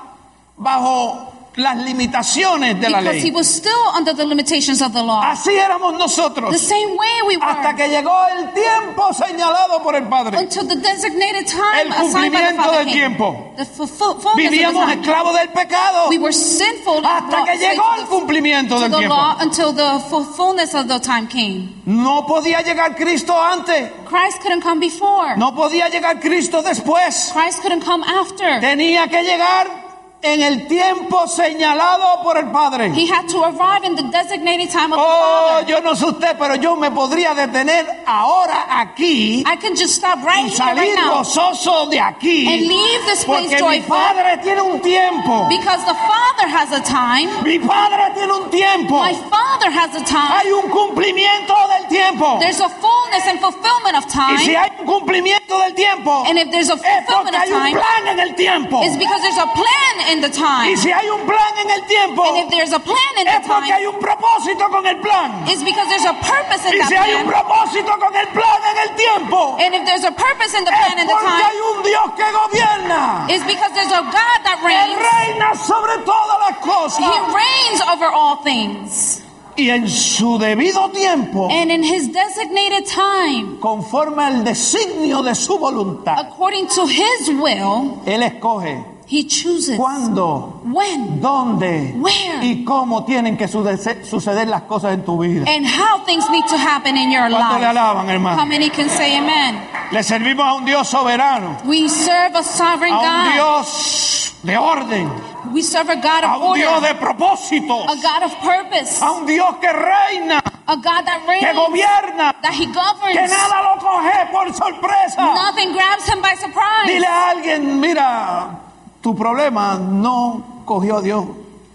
Speaker 1: bajo las limitaciones de la
Speaker 2: because he
Speaker 1: ley.
Speaker 2: was still under the limitations of the law.
Speaker 1: Así éramos
Speaker 2: The
Speaker 1: nosotros
Speaker 2: same way we
Speaker 1: hasta
Speaker 2: were
Speaker 1: que llegó el tiempo señalado por el Padre.
Speaker 2: until the designated time
Speaker 1: El
Speaker 2: assigned by the
Speaker 1: cumplimiento
Speaker 2: father
Speaker 1: del
Speaker 2: came.
Speaker 1: tiempo.
Speaker 2: The fulfill- fullness of the
Speaker 1: Vivíamos
Speaker 2: time.
Speaker 1: esclavos del pecado
Speaker 2: We were sinful and
Speaker 1: hasta
Speaker 2: brought
Speaker 1: que
Speaker 2: slaves
Speaker 1: llegó el
Speaker 2: to the,
Speaker 1: cumplimiento
Speaker 2: to
Speaker 1: del
Speaker 2: the
Speaker 1: tiempo.
Speaker 2: law until the fu- fullness of the time came.
Speaker 1: No podía llegar Cristo antes,
Speaker 2: Christ couldn't come before.
Speaker 1: no podía llegar Cristo después.
Speaker 2: Christ couldn't come after.
Speaker 1: Tenía que llegar en el tiempo señalado por el Padre.
Speaker 2: He had to arrive in the designated time of the
Speaker 1: Oh,
Speaker 2: Father.
Speaker 1: yo no sé usted, pero yo me podría detener ahora aquí
Speaker 2: I can just stop right
Speaker 1: y
Speaker 2: here, right
Speaker 1: salir
Speaker 2: now,
Speaker 1: gozoso de
Speaker 2: and
Speaker 1: aquí
Speaker 2: leave this place
Speaker 1: porque mi
Speaker 2: joyful
Speaker 1: Padre tiene un tiempo.
Speaker 2: because the Father has a time.
Speaker 1: Mi Padre tiene un tiempo.
Speaker 2: My Father has a time.
Speaker 1: Hay un cumplimiento del tiempo.
Speaker 2: There's a fullness and fulfillment of
Speaker 1: Y si
Speaker 2: time.
Speaker 1: hay un cumplimiento del tiempo,
Speaker 2: And if there's a
Speaker 1: es porque
Speaker 2: fulfillment of
Speaker 1: hay un
Speaker 2: time,
Speaker 1: plan en el tiempo.
Speaker 2: it's because there's a plan in the time.
Speaker 1: Y si hay un plan en el tiempo,
Speaker 2: And if there's a plan in
Speaker 1: es
Speaker 2: the
Speaker 1: porque
Speaker 2: time,
Speaker 1: hay un propósito con el plan.
Speaker 2: it's because there's a purpose in
Speaker 1: Y
Speaker 2: that
Speaker 1: si hay un
Speaker 2: plan.
Speaker 1: propósito con el plan en el tiempo,
Speaker 2: And if there's a purpose in the
Speaker 1: es
Speaker 2: plan in the
Speaker 1: porque
Speaker 2: time,
Speaker 1: hay un Dios que gobierna.
Speaker 2: it's because there's a God that
Speaker 1: Él
Speaker 2: reigns.
Speaker 1: reina sobre todas las
Speaker 2: He
Speaker 1: cosas.
Speaker 2: reigns over all things.
Speaker 1: Y en su debido tiempo,
Speaker 2: And in his designated time,
Speaker 1: conforme al designio de su voluntad,
Speaker 2: according to his will,
Speaker 1: Él escoge
Speaker 2: he chooses
Speaker 1: cuándo
Speaker 2: when
Speaker 1: dónde
Speaker 2: Where?
Speaker 1: y cómo tienen que sude- suceder las cosas en tu vida.
Speaker 2: and how things need to happen in your
Speaker 1: ¿Cuánto le
Speaker 2: life.
Speaker 1: alaban,
Speaker 2: How
Speaker 1: hermano?
Speaker 2: many can say amen?
Speaker 1: Le servimos a un Dios soberano,
Speaker 2: We serve a sovereign
Speaker 1: a un
Speaker 2: God.
Speaker 1: Dios de orden,
Speaker 2: We serve a God
Speaker 1: a
Speaker 2: of
Speaker 1: un Dios
Speaker 2: order,
Speaker 1: de propósito,
Speaker 2: a God of purpose,
Speaker 1: a un Dios que reina,
Speaker 2: a God that
Speaker 1: que
Speaker 2: reigns,
Speaker 1: gobierna,
Speaker 2: that he
Speaker 1: que
Speaker 2: governs.
Speaker 1: nada lo coge por sorpresa.
Speaker 2: Nothing grabs him by
Speaker 1: Dile
Speaker 2: surprise.
Speaker 1: a alguien, mira, tu problema no cogió a Dios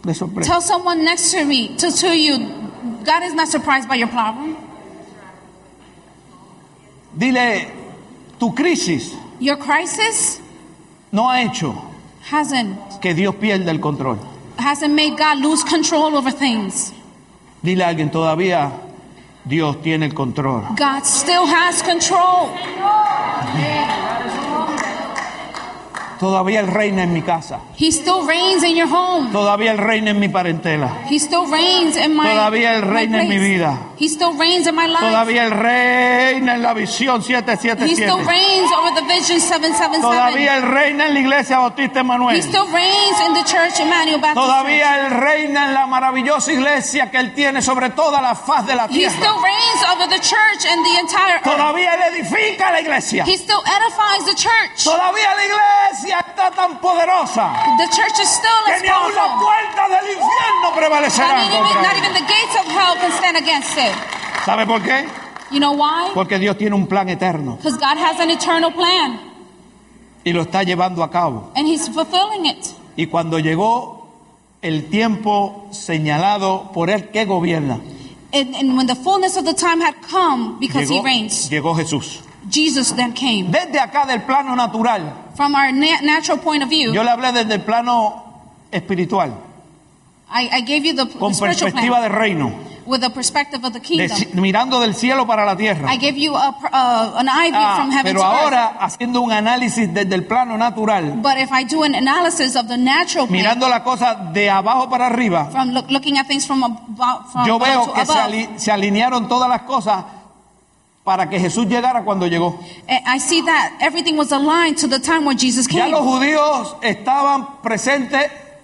Speaker 1: de sorpresa.
Speaker 2: Tell someone next to me, to, to you, God is not surprised by your problem.
Speaker 1: Dile, tu crisis
Speaker 2: Your crisis
Speaker 1: no ha hecho
Speaker 2: hasn't
Speaker 1: que Dios pierda el control.
Speaker 2: hasn't made God lose control over things.
Speaker 1: Dile a alguien, todavía Dios tiene el control.
Speaker 2: God still has control.
Speaker 1: Todavía Él reina en mi casa.
Speaker 2: He still reigns in your home.
Speaker 1: Todavía Él reina en mi parentela.
Speaker 2: He still reigns in my
Speaker 1: Todavía Él
Speaker 2: my
Speaker 1: reina en mi
Speaker 2: place.
Speaker 1: vida.
Speaker 2: He still reigns in my life.
Speaker 1: Todavía Él reina en la visión
Speaker 2: he still
Speaker 1: 777.
Speaker 2: reigns over the vision 777.
Speaker 1: Todavía Él reina en la iglesia Bautista
Speaker 2: he
Speaker 1: Emanuel.
Speaker 2: still reigns in the church Emmanuel Baptist. Church.
Speaker 1: Todavía Él reina en la maravillosa iglesia que Él tiene sobre toda la faz de la
Speaker 2: He
Speaker 1: tierra.
Speaker 2: still reigns over the church and the entire earth.
Speaker 1: Todavía Él edifica la iglesia.
Speaker 2: He still edifies the church.
Speaker 1: Todavía la iglesia está tan poderosa
Speaker 2: The church is still
Speaker 1: que
Speaker 2: as
Speaker 1: ni aun las
Speaker 2: powerful.
Speaker 1: puertas del infierno
Speaker 2: Not
Speaker 1: prevalecerán
Speaker 2: even,
Speaker 1: contra
Speaker 2: not
Speaker 1: él.
Speaker 2: even the gates of hell can stand against it.
Speaker 1: ¿Sabe por qué?
Speaker 2: You know why?
Speaker 1: Porque Dios tiene un plan eterno
Speaker 2: Because God has an eternal plan.
Speaker 1: y lo está llevando a cabo.
Speaker 2: and he's fulfilling it.
Speaker 1: Y cuando llegó el tiempo señalado por el que gobierna,
Speaker 2: And, and when the fullness of the time had come, because
Speaker 1: llegó,
Speaker 2: he reigns,
Speaker 1: llegó Jesús.
Speaker 2: Jesus then came.
Speaker 1: Desde acá del plano natural,
Speaker 2: From our na- natural point of view,
Speaker 1: yo le hablé desde el plano espiritual,
Speaker 2: I, I gave you the, the
Speaker 1: con
Speaker 2: spiritual
Speaker 1: perspectiva
Speaker 2: plan
Speaker 1: de reino.
Speaker 2: with the perspective of the
Speaker 1: de-
Speaker 2: kingdom.
Speaker 1: mirando del cielo para la tierra.
Speaker 2: I give you a, pr- uh, an eye view
Speaker 1: Ah,
Speaker 2: from heaven
Speaker 1: pero
Speaker 2: to earth.
Speaker 1: ahora haciendo un análisis desde el plano natural,
Speaker 2: But if I do an analysis of the natural plane,
Speaker 1: mirando la cosa de abajo para arriba,
Speaker 2: from look, looking at things from about from
Speaker 1: yo
Speaker 2: Ah, down
Speaker 1: veo
Speaker 2: to
Speaker 1: que se,
Speaker 2: above,
Speaker 1: ali- se alinearon todas las cosas para que Jesús llegara cuando llegó.
Speaker 2: eh, I see that everything was aligned to the time when Jesus
Speaker 1: Ya
Speaker 2: came.
Speaker 1: los judíos estaban presentes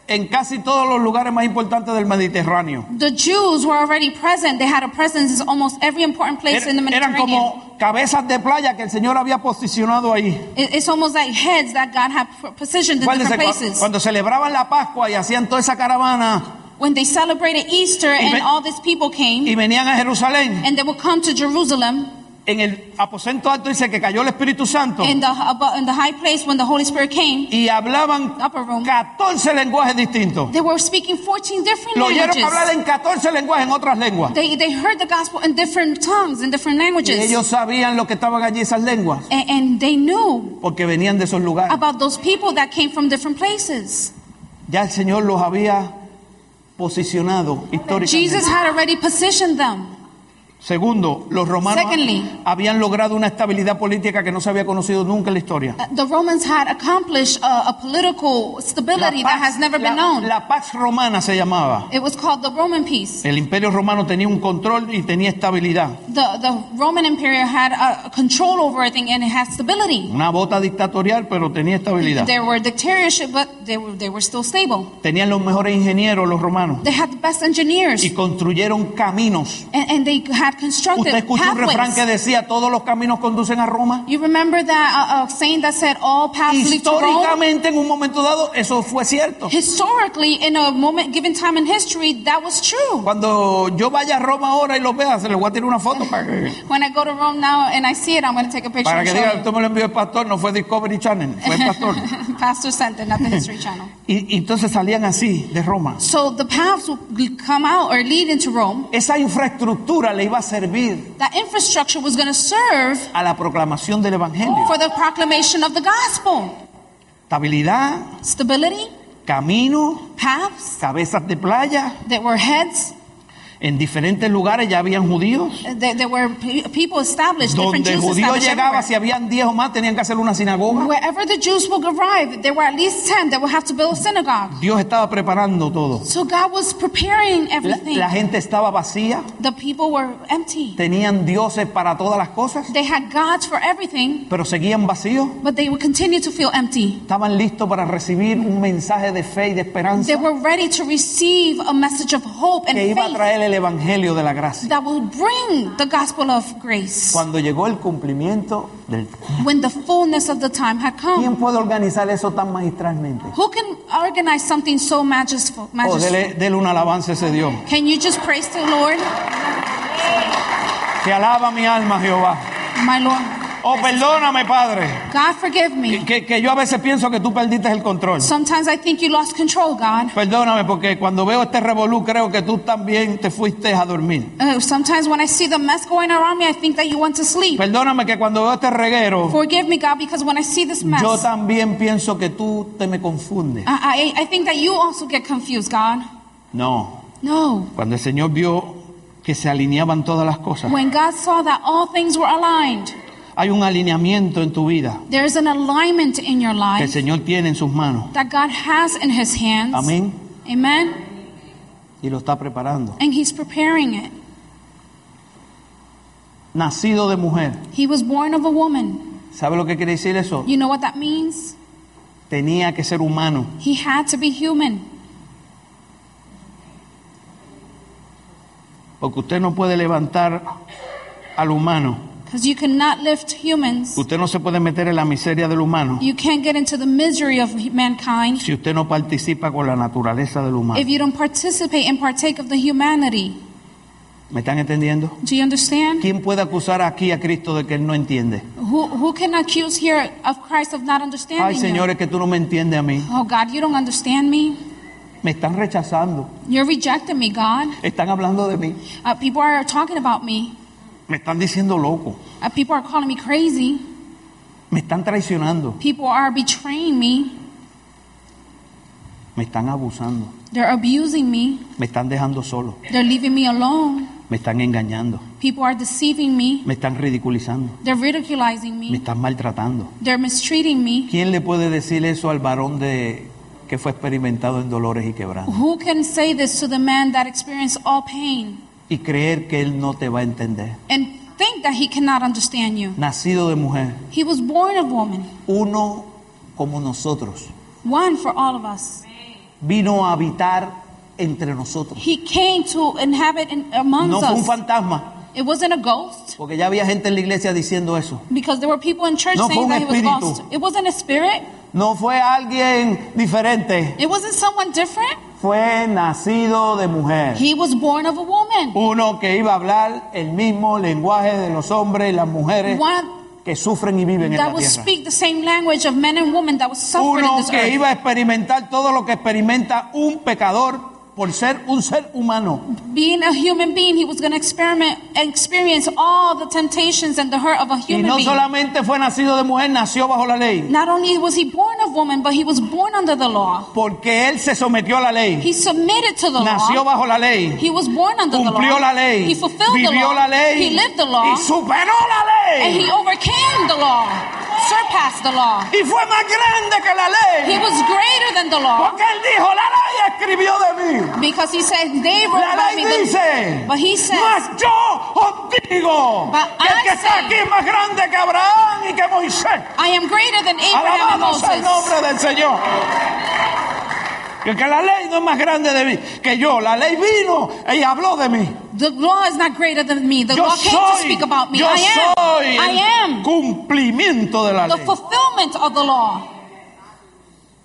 Speaker 1: en casi todos los lugares más importantes del Mediterráneo.
Speaker 2: The Jews were already present. They had a presence in almost every important place
Speaker 1: Er-
Speaker 2: in the
Speaker 1: eran
Speaker 2: Mediterranean.
Speaker 1: como cabezas de playa que el Señor había posicionado ahí.
Speaker 2: It- It's almost like heads that God had pr- positioned in
Speaker 1: Acuérdense,
Speaker 2: different
Speaker 1: cu-
Speaker 2: places.
Speaker 1: cuando, celebraban la Pascua y hacían toda esa caravana
Speaker 2: when they celebrated Easter and
Speaker 1: ven-
Speaker 2: all these people came
Speaker 1: y venían a Jerusalén,
Speaker 2: and they would come to Jerusalem
Speaker 1: en el aposento alto dice que cayó el Espíritu Santo
Speaker 2: in the abo- in the high place when the Holy Spirit came,
Speaker 1: y hablaban
Speaker 2: upper room.
Speaker 1: 14 lenguajes distintos.
Speaker 2: They were speaking 14 different
Speaker 1: Lo oyeron
Speaker 2: languages.
Speaker 1: hablar en 14 lenguajes, en otras lenguas.
Speaker 2: They, they heard the gospel in different tongues, in different
Speaker 1: Y
Speaker 2: languages.
Speaker 1: ellos sabían lo que estaban allí esas lenguas,
Speaker 2: A- and they knew
Speaker 1: porque venían de esos lugares.
Speaker 2: about those people that came from different places.
Speaker 1: Ya el Señor los había posicionado
Speaker 2: Jesus
Speaker 1: históricamente.
Speaker 2: had already positioned them.
Speaker 1: Segundo, los romanos
Speaker 2: Secondly.
Speaker 1: habían logrado una estabilidad política que no se había conocido nunca en la historia.
Speaker 2: Uh, The Romans had accomplished a, a political stability that has never been
Speaker 1: la-
Speaker 2: known.
Speaker 1: la Pax romana se llamaba.
Speaker 2: It was called the Roman peace.
Speaker 1: El imperio romano tenía un control y tenía estabilidad.
Speaker 2: The, the Roman Empire had uh, control over everything and it had stability.
Speaker 1: Una bota dictatorial, pero tenía estabilidad.
Speaker 2: There were dictatorship, but they were, they were still stable.
Speaker 1: Tenían los mejores ingenieros los romanos
Speaker 2: They had the best engineers
Speaker 1: y
Speaker 2: and,
Speaker 1: construyeron caminos.
Speaker 2: and they had constructed
Speaker 1: Usted escuchó un refrán que
Speaker 2: pathways.
Speaker 1: decía, todos los caminos conducen a Roma.
Speaker 2: You remember that uh, uh, saying that said all paths lead to Rome?
Speaker 1: Históricamente, en un momento dado, eso fue cierto.
Speaker 2: Historically, in a moment, given time in history, that was true.
Speaker 1: Cuando yo vaya a Roma ahora y lo vea, se le voy a tirar una foto para que,
Speaker 2: When I go to Rome now and I see it, I'm going to take a picture
Speaker 1: para
Speaker 2: and
Speaker 1: que
Speaker 2: show
Speaker 1: diga,
Speaker 2: you.
Speaker 1: esto me lo envió el pastor, no fue Discovery Channel, fue el pastor.
Speaker 2: Pastor sent it, not the History Channel.
Speaker 1: Y, y entonces salían así de Roma.
Speaker 2: So the paths would come out or lead into Rome.
Speaker 1: Esa infraestructura le iba a servir
Speaker 2: That infrastructure was going to serve
Speaker 1: a la proclamación del Evangelio.
Speaker 2: for the proclamation of the gospel.
Speaker 1: Estabilidad,
Speaker 2: Stability,
Speaker 1: camino,
Speaker 2: paths,
Speaker 1: cabezas de playa.
Speaker 2: there were heads,
Speaker 1: En diferentes lugares ya habían judíos.
Speaker 2: uh, there, there were pe- people established, different
Speaker 1: Donde
Speaker 2: Jews
Speaker 1: judío
Speaker 2: established
Speaker 1: llegaba,
Speaker 2: everywhere.
Speaker 1: si habían 10 o más, tenían que hacer una sinagoga.
Speaker 2: Wherever the Jews would arrive, there were at least 10 that would have to build a synagogue.
Speaker 1: Dios estaba preparando todo.
Speaker 2: So God was preparing
Speaker 1: La,
Speaker 2: everything.
Speaker 1: la gente estaba vacía,
Speaker 2: the people were empty.
Speaker 1: tenían dioses para todas las cosas,
Speaker 2: They had gods for everything,
Speaker 1: pero seguían vacíos.
Speaker 2: but they would continue to feel empty.
Speaker 1: Estaban listos para recibir un mensaje de fe y de
Speaker 2: They
Speaker 1: esperanza
Speaker 2: were ready to receive a message of hope and
Speaker 1: que iba a
Speaker 2: faith
Speaker 1: traer el evangelio de la gracia.
Speaker 2: that will bring the gospel of grace
Speaker 1: Cuando llegó el cumplimiento del
Speaker 2: when the fullness of the time had come.
Speaker 1: ¿Quién puede organizar eso tan magistralmente?
Speaker 2: Who can organize something so majestiful?
Speaker 1: Oh,
Speaker 2: majestiful?
Speaker 1: dele, dele un alabanza a ese Dios.
Speaker 2: Can you just praise the Lord,
Speaker 1: Te alaba mi alma, Jehová.
Speaker 2: my Lord?
Speaker 1: Oh, perdóname, Padre,
Speaker 2: God, forgive me.
Speaker 1: que, que yo a veces pienso que tú perdiste el control.
Speaker 2: Sometimes I think you lost control, God.
Speaker 1: Perdóname porque cuando veo este revolú creo que tú también te fuiste a dormir.
Speaker 2: Uh, sometimes when I see the mess going around me, I think that you want to sleep.
Speaker 1: Perdóname que cuando veo este reguero
Speaker 2: Forgive me, God, because when I see this mess,
Speaker 1: yo
Speaker 2: I,
Speaker 1: también pienso que tú te me confundes.
Speaker 2: I, I think that you also get confused, God.
Speaker 1: No,
Speaker 2: No.
Speaker 1: cuando el Señor vio que se alineaban todas las cosas.
Speaker 2: When God saw that all things were aligned,
Speaker 1: Hay un alineamiento en tu vida
Speaker 2: there is an alignment in
Speaker 1: que
Speaker 2: your
Speaker 1: el
Speaker 2: life
Speaker 1: Señor tiene en sus manos.
Speaker 2: that God has in His hands.
Speaker 1: Amén.
Speaker 2: Amen.
Speaker 1: Y lo está preparando.
Speaker 2: And He's preparing it.
Speaker 1: Nacido de mujer.
Speaker 2: He was born of a woman.
Speaker 1: ¿Sabe lo que quiere decir eso?
Speaker 2: You know what that means?
Speaker 1: Tenía que ser humano.
Speaker 2: He had to be human.
Speaker 1: Porque usted no puede levantar al humano.
Speaker 2: Because you cannot lift humans.
Speaker 1: Usted no se puede meter en la miseria del humano.
Speaker 2: You can't get into the misery of mankind
Speaker 1: si usted no participa con la naturaleza del humano.
Speaker 2: if you don't participate and partake of the humanity.
Speaker 1: ¿Me están entendiendo?
Speaker 2: Do you understand?
Speaker 1: ¿Quién puede acusar aquí a Cristo de que él no entiende?
Speaker 2: Who, who can accuse here of Christ of not
Speaker 1: Ay,
Speaker 2: understanding
Speaker 1: Señor,
Speaker 2: him?
Speaker 1: es que tú no me entiendes a mí.
Speaker 2: Oh God, you don't understand me.
Speaker 1: Me están rechazando.
Speaker 2: You're rejecting me, God.
Speaker 1: Están hablando de mí.
Speaker 2: Uh, people are talking about me.
Speaker 1: Me están diciendo loco.
Speaker 2: Uh, people are calling me crazy.
Speaker 1: Me están traicionando.
Speaker 2: People are betraying me.
Speaker 1: Me están abusando.
Speaker 2: They're abusing me.
Speaker 1: Me están dejando solo.
Speaker 2: They're leaving me alone.
Speaker 1: Me están engañando,
Speaker 2: People are deceiving me.
Speaker 1: me están ridiculizando,
Speaker 2: They're ridiculizing
Speaker 1: me
Speaker 2: me.
Speaker 1: están maltratando.
Speaker 2: They're mistreating me.
Speaker 1: ¿Quién le puede decir eso al varón de que fue experimentado en dolores y quebrantos?
Speaker 2: Who can say this to the man that experienced all pain
Speaker 1: Y creer que él no te va a entender.
Speaker 2: and think that he cannot understand you?
Speaker 1: Nacido de mujer,
Speaker 2: He was born of woman,
Speaker 1: uno como nosotros,
Speaker 2: one for all of us.
Speaker 1: vino a habitar entre nosotros.
Speaker 2: He came to inhabit in, amongst
Speaker 1: No fue un
Speaker 2: us.
Speaker 1: fantasma,
Speaker 2: It wasn't a ghost
Speaker 1: porque ya había gente en la iglesia diciendo eso.
Speaker 2: because there were people in church
Speaker 1: No fue
Speaker 2: saying
Speaker 1: un
Speaker 2: that he was
Speaker 1: espíritu.
Speaker 2: lost. It wasn't a spirit.
Speaker 1: No fue alguien diferente,
Speaker 2: It wasn't someone different.
Speaker 1: fue nacido de mujer.
Speaker 2: He was born of a woman.
Speaker 1: Uno que iba a hablar el mismo lenguaje de los hombres y las mujeres
Speaker 2: One
Speaker 1: que sufren y viven en
Speaker 2: that
Speaker 1: la
Speaker 2: would
Speaker 1: tierra.
Speaker 2: speak the same language of men and women that was suffering in
Speaker 1: Uno
Speaker 2: this
Speaker 1: que
Speaker 2: earth.
Speaker 1: iba a experimentar todo lo que experimenta un pecador por ser un ser humano.
Speaker 2: Being a human being, he was going to experiment experience all the temptations and the hurt of a
Speaker 1: Y
Speaker 2: human
Speaker 1: no
Speaker 2: being.
Speaker 1: solamente fue nacido de mujer, nació bajo la ley.
Speaker 2: Not only was he born of woman, but he was born under the law.
Speaker 1: Porque él se sometió a la ley.
Speaker 2: He submitted to the
Speaker 1: Nació
Speaker 2: law.
Speaker 1: bajo la ley.
Speaker 2: He was born under the
Speaker 1: Cumplió
Speaker 2: law.
Speaker 1: la ley.
Speaker 2: He fulfilled the
Speaker 1: Vivió
Speaker 2: law.
Speaker 1: la ley.
Speaker 2: He lived the law.
Speaker 1: Y superó la
Speaker 2: And
Speaker 1: ley.
Speaker 2: he overcame the law, surpassed the law.
Speaker 1: Y fue más grande que la
Speaker 2: He
Speaker 1: ley.
Speaker 2: was greater than the law
Speaker 1: Porque él dijo, la ley escribió de mí.
Speaker 2: because he said, They wrote
Speaker 1: La
Speaker 2: about
Speaker 1: ley
Speaker 2: me. the-"
Speaker 1: dice,
Speaker 2: but he says,
Speaker 1: mas yo os digo
Speaker 2: But
Speaker 1: que el
Speaker 2: I
Speaker 1: que está
Speaker 2: say-
Speaker 1: aquí es más grande que Abraham y que Moisés.
Speaker 2: I am greater than Abraham and
Speaker 1: Alabado sea el
Speaker 2: Moses.
Speaker 1: nombre del Señor. Que, que la ley no es más grande de mí que yo. La ley vino y habló de mí.
Speaker 2: The law is not greater than me. The
Speaker 1: Yo
Speaker 2: law came to
Speaker 1: soy,
Speaker 2: speak about me.
Speaker 1: yo
Speaker 2: I am.
Speaker 1: soy
Speaker 2: I
Speaker 1: el
Speaker 2: am.
Speaker 1: cumplimiento de la
Speaker 2: The
Speaker 1: ley.
Speaker 2: fulfillment of the law.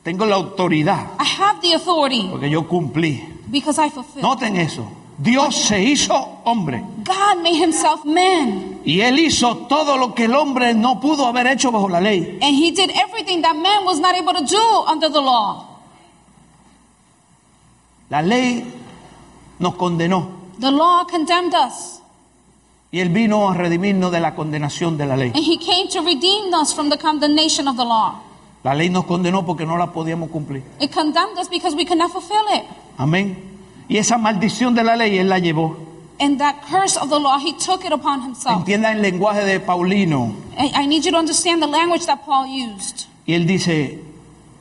Speaker 1: Tengo la autoridad
Speaker 2: I have the authority
Speaker 1: porque yo cumplí.
Speaker 2: because I fulfill.
Speaker 1: Noten eso. Dios se hizo hombre
Speaker 2: God made himself man.
Speaker 1: y él hizo todo lo que el hombre no pudo haber hecho bajo la ley.
Speaker 2: And he did everything that man was not able to do under the law.
Speaker 1: La ley nos condenó
Speaker 2: The law condemned us.
Speaker 1: y Él vino a redimirnos de la condenación de la ley.
Speaker 2: And he came to redeem us from the condemnation of the law.
Speaker 1: La ley nos condenó porque no la podíamos cumplir.
Speaker 2: It condemned us because we could not fulfill it.
Speaker 1: Amén. Y esa maldición de la ley Él la llevó.
Speaker 2: And that curse of the law, he took it upon himself.
Speaker 1: Entienda el lenguaje de Paulino.
Speaker 2: I, I need you to understand the language that Paul used.
Speaker 1: Y Él dice,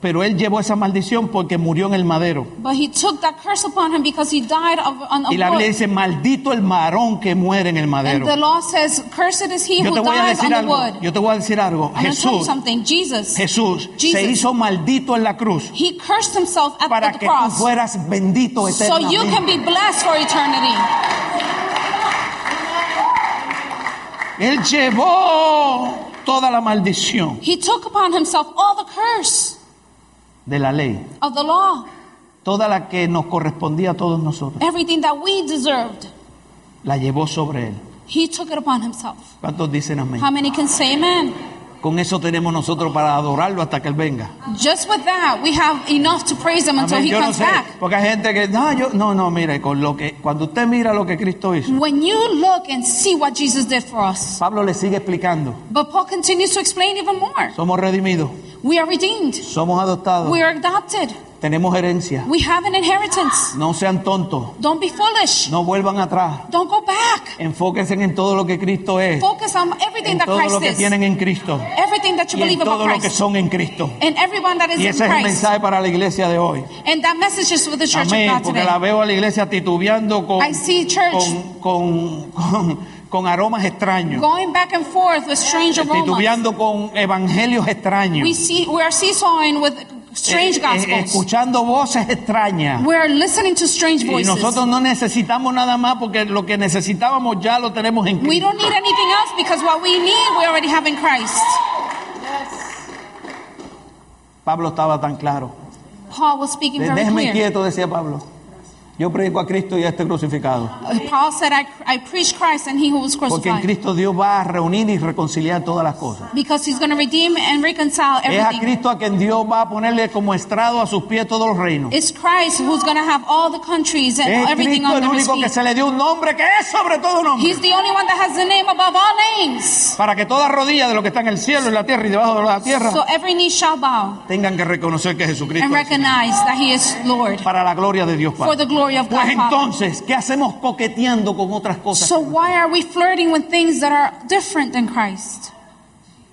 Speaker 1: pero Él llevó esa maldición porque murió en el madero.
Speaker 2: But he took that curse upon him because he died of, on a
Speaker 1: Y la Biblia
Speaker 2: wood.
Speaker 1: dice, maldito el marón que muere en el
Speaker 2: And
Speaker 1: madero.
Speaker 2: the law says, cursed is he
Speaker 1: Yo te
Speaker 2: who
Speaker 1: voy a
Speaker 2: dies
Speaker 1: decir
Speaker 2: on the
Speaker 1: algo.
Speaker 2: wood.
Speaker 1: Yo te voy a decir algo.
Speaker 2: I'm going to tell you
Speaker 1: Jesús,
Speaker 2: something. Jesus,
Speaker 1: Jesús se
Speaker 2: Jesus.
Speaker 1: hizo maldito en la cruz
Speaker 2: he cursed himself at
Speaker 1: para
Speaker 2: the
Speaker 1: que tú
Speaker 2: cross.
Speaker 1: fueras bendito
Speaker 2: So you
Speaker 1: eternamente.
Speaker 2: can be blessed for eternity.
Speaker 1: Él llevó toda la maldición
Speaker 2: He took upon himself all the curse
Speaker 1: de la ley,
Speaker 2: of the law,
Speaker 1: toda la que nos correspondía a todos nosotros,
Speaker 2: everything that we deserved.
Speaker 1: la llevó sobre él.
Speaker 2: He took it upon himself.
Speaker 1: ¿Cuántos dicen amén?
Speaker 2: How many can say amen?
Speaker 1: Con eso tenemos nosotros para adorarlo hasta que él venga.
Speaker 2: Just with that, we have enough to praise him until
Speaker 1: Amén.
Speaker 2: he
Speaker 1: Yo no
Speaker 2: comes
Speaker 1: sé,
Speaker 2: back.
Speaker 1: porque hay gente que no, yo no, no, mire, con lo que cuando usted mira lo que Cristo hizo,
Speaker 2: When you look and see what Jesus did for us,
Speaker 1: Pablo le sigue explicando.
Speaker 2: but Paul continues to explain even more.
Speaker 1: Somos redimidos,
Speaker 2: We are redeemed.
Speaker 1: somos adoptados,
Speaker 2: We are adopted.
Speaker 1: tenemos herencia.
Speaker 2: We have an inheritance.
Speaker 1: No sean tontos,
Speaker 2: Don't be foolish.
Speaker 1: no vuelvan atrás.
Speaker 2: Don't go back.
Speaker 1: Enfóquense en todo lo que Cristo es,
Speaker 2: Focus on everything
Speaker 1: en
Speaker 2: that
Speaker 1: todo lo
Speaker 2: Christ
Speaker 1: que
Speaker 2: is,
Speaker 1: tienen en Cristo
Speaker 2: everything that you
Speaker 1: y en
Speaker 2: believe about
Speaker 1: todo lo que
Speaker 2: Christ,
Speaker 1: son en Cristo.
Speaker 2: and everyone that is
Speaker 1: Y
Speaker 2: in
Speaker 1: ese es el
Speaker 2: Christ.
Speaker 1: mensaje para la iglesia de hoy.
Speaker 2: And that message is for the church
Speaker 1: Amén,
Speaker 2: of God
Speaker 1: porque
Speaker 2: today.
Speaker 1: la veo a la iglesia titubeando con,
Speaker 2: I see church-
Speaker 1: con, con, con- con aromas extraños,
Speaker 2: Going back and forth with strange aromas.
Speaker 1: titubeando con evangelios
Speaker 2: We
Speaker 1: extraños,
Speaker 2: see we are seesawing with strange
Speaker 1: eh, eh,
Speaker 2: gospels.
Speaker 1: escuchando voces extrañas.
Speaker 2: We are listening to strange
Speaker 1: Y
Speaker 2: voices.
Speaker 1: nosotros no necesitamos nada más porque lo que necesitábamos ya lo tenemos en
Speaker 2: We
Speaker 1: Cristo.
Speaker 2: don't need anything else because what we need we already have in Christ.
Speaker 1: Pablo estaba tan claro.
Speaker 2: Paul was speaking very
Speaker 1: Déjeme
Speaker 2: clear.
Speaker 1: quieto, decía Pablo. Yo predico a Cristo y a este crucificado.
Speaker 2: Uh, Paul said, I, I preach Christ and he who was
Speaker 1: Porque en
Speaker 2: crucified.
Speaker 1: Cristo Dios va a reunir y reconciliar todas las cosas.
Speaker 2: Because he's going to redeem and reconcile
Speaker 1: Es a
Speaker 2: everything.
Speaker 1: Cristo a quien Dios va a ponerle como estrado a sus pies todos los reinos.
Speaker 2: It's Christ who's going to have all the countries and
Speaker 1: Es
Speaker 2: everything
Speaker 1: Cristo el
Speaker 2: under his
Speaker 1: único que
Speaker 2: feet.
Speaker 1: se le dio un nombre que es sobre todo un nombre.
Speaker 2: He's the only one that has the name above all names.
Speaker 1: Para que toda rodilla de lo que está en el cielo, en la tierra y debajo de la tierra
Speaker 2: So every knee shall bow
Speaker 1: tengan que reconocer que Jesucristo
Speaker 2: and
Speaker 1: es el Señor.
Speaker 2: recognize that he is Lord
Speaker 1: para la gloria de Dios
Speaker 2: for
Speaker 1: Padre.
Speaker 2: the glory glory of
Speaker 1: Pues
Speaker 2: God. Father.
Speaker 1: entonces, ¿qué hacemos coqueteando con otras cosas?
Speaker 2: So why are we flirting with things that are different than Christ?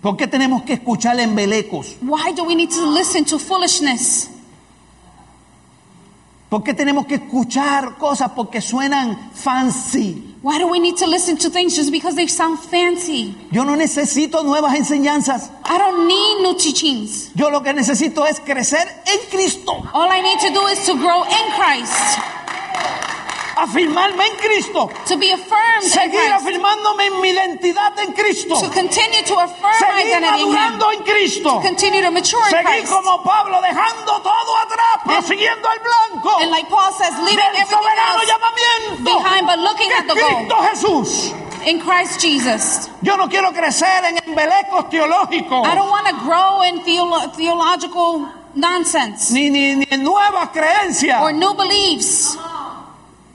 Speaker 1: ¿Por qué tenemos que escuchar embelecos?
Speaker 2: Why do we need to listen to foolishness?
Speaker 1: ¿Por qué tenemos que escuchar cosas porque suenan fancy?
Speaker 2: Why do we need to listen to things just because they sound fancy?
Speaker 1: Yo no necesito nuevas enseñanzas.
Speaker 2: I don't need new teachings.
Speaker 1: Yo lo que necesito es crecer en Cristo,
Speaker 2: All I need to do is to grow in Christ,
Speaker 1: afirmarme en Cristo,
Speaker 2: to be affirmed in
Speaker 1: seguir
Speaker 2: Christ,
Speaker 1: afirmándome en mi identidad en Cristo,
Speaker 2: to continue to affirm my
Speaker 1: seguir
Speaker 2: identity in Him,
Speaker 1: madurando en Cristo,
Speaker 2: continue to mature in
Speaker 1: seguir
Speaker 2: Christ.
Speaker 1: como Pablo dejando todo atrás, prosiguiendo al blanco
Speaker 2: And like Paul says, leaving
Speaker 1: del
Speaker 2: everything
Speaker 1: soberano
Speaker 2: else
Speaker 1: llamamiento
Speaker 2: behind, but looking
Speaker 1: que
Speaker 2: at the goal
Speaker 1: Cristo Jesús.
Speaker 2: in Christ Jesus.
Speaker 1: Yo no quiero crecer en embelecos teológicos.
Speaker 2: I don't want to grow in theolo- theological nonsense
Speaker 1: Ni, ni, ni en nuevas creencias,
Speaker 2: or new beliefs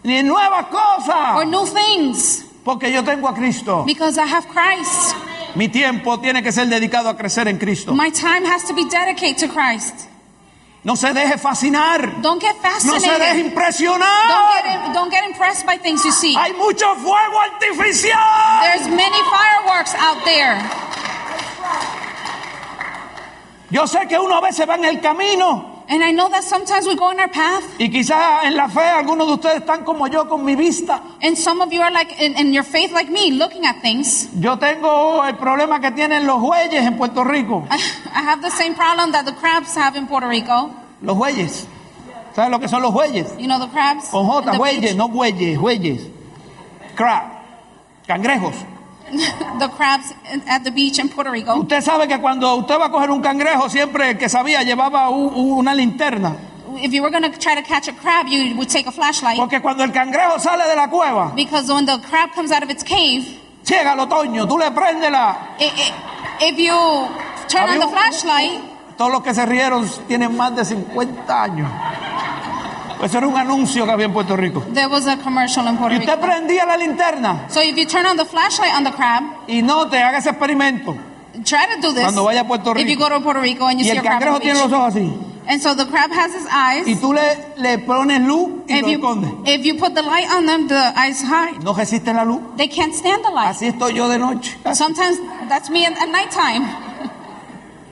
Speaker 1: ni en nuevas
Speaker 2: or
Speaker 1: cosas,
Speaker 2: new things
Speaker 1: porque yo tengo a Cristo.
Speaker 2: because I have Christ.
Speaker 1: Mi tiempo tiene que ser dedicado a crecer en Cristo.
Speaker 2: My time has to be dedicated to Christ.
Speaker 1: No se deje fascinar,
Speaker 2: Don't get
Speaker 1: no se deje
Speaker 2: fascinated. Don't
Speaker 1: impresionar.
Speaker 2: get, don't get impressed by things you see.
Speaker 1: Hay mucho fuego artificial.
Speaker 2: There's many fireworks out there.
Speaker 1: Yo sé que uno a veces va en el camino
Speaker 2: And I know that sometimes we go in our path,
Speaker 1: y quizás en la fe algunos de ustedes están como yo con mi vista.
Speaker 2: and some of you are like in, in your faith, like me, looking at things.
Speaker 1: Yo tengo el problema que tienen los jueces en Puerto Rico.
Speaker 2: I, I have the same problem that the crabs have in Puerto Rico.
Speaker 1: Los jueces. ¿Sabes lo que son los jueces?
Speaker 2: You know the crabs?
Speaker 1: Con
Speaker 2: And
Speaker 1: J,
Speaker 2: the
Speaker 1: güeyes,
Speaker 2: beach.
Speaker 1: no güeyes, güeyes. Crab. Cangrejos.
Speaker 2: the crabs in- at the beach in Puerto Rico.
Speaker 1: Usted sabe que cuando usted va a coger un cangrejo, siempre el que sabía llevaba u- u- una linterna.
Speaker 2: If you were going to try to catch a crab, you would take a flashlight.
Speaker 1: Porque cuando el cangrejo sale de la cueva,
Speaker 2: Because when the crab comes out of its cave,
Speaker 1: llega el otoño, tú le prendes la.
Speaker 2: i i if you turn on
Speaker 1: Había
Speaker 2: the
Speaker 1: un-
Speaker 2: flashlight,
Speaker 1: Todos los que se rieron tienen más de 50 años. Eso era un anuncio que había en Puerto Rico.
Speaker 2: there was a commercial in Puerto
Speaker 1: Y
Speaker 2: Rico.
Speaker 1: usted prendía la linterna
Speaker 2: So if you turn on the flashlight on the crab,
Speaker 1: y no te haga ese experimento.
Speaker 2: try to do this.
Speaker 1: Cuando vaya a Puerto
Speaker 2: If you
Speaker 1: Rico.
Speaker 2: go to Puerto Rico and you
Speaker 1: Y
Speaker 2: see
Speaker 1: el
Speaker 2: a crab
Speaker 1: cangrejo
Speaker 2: on the
Speaker 1: tiene los
Speaker 2: beach.
Speaker 1: ojos así.
Speaker 2: And so the crab has his
Speaker 1: Y
Speaker 2: eyes.
Speaker 1: tú le, le pones luz y
Speaker 2: If
Speaker 1: lo escondes.
Speaker 2: you, if you put the light on them, the eyes hide.
Speaker 1: No resiste la luz.
Speaker 2: They can't stand the light.
Speaker 1: Así estoy yo de noche.
Speaker 2: Sometimes that's me at, at nighttime.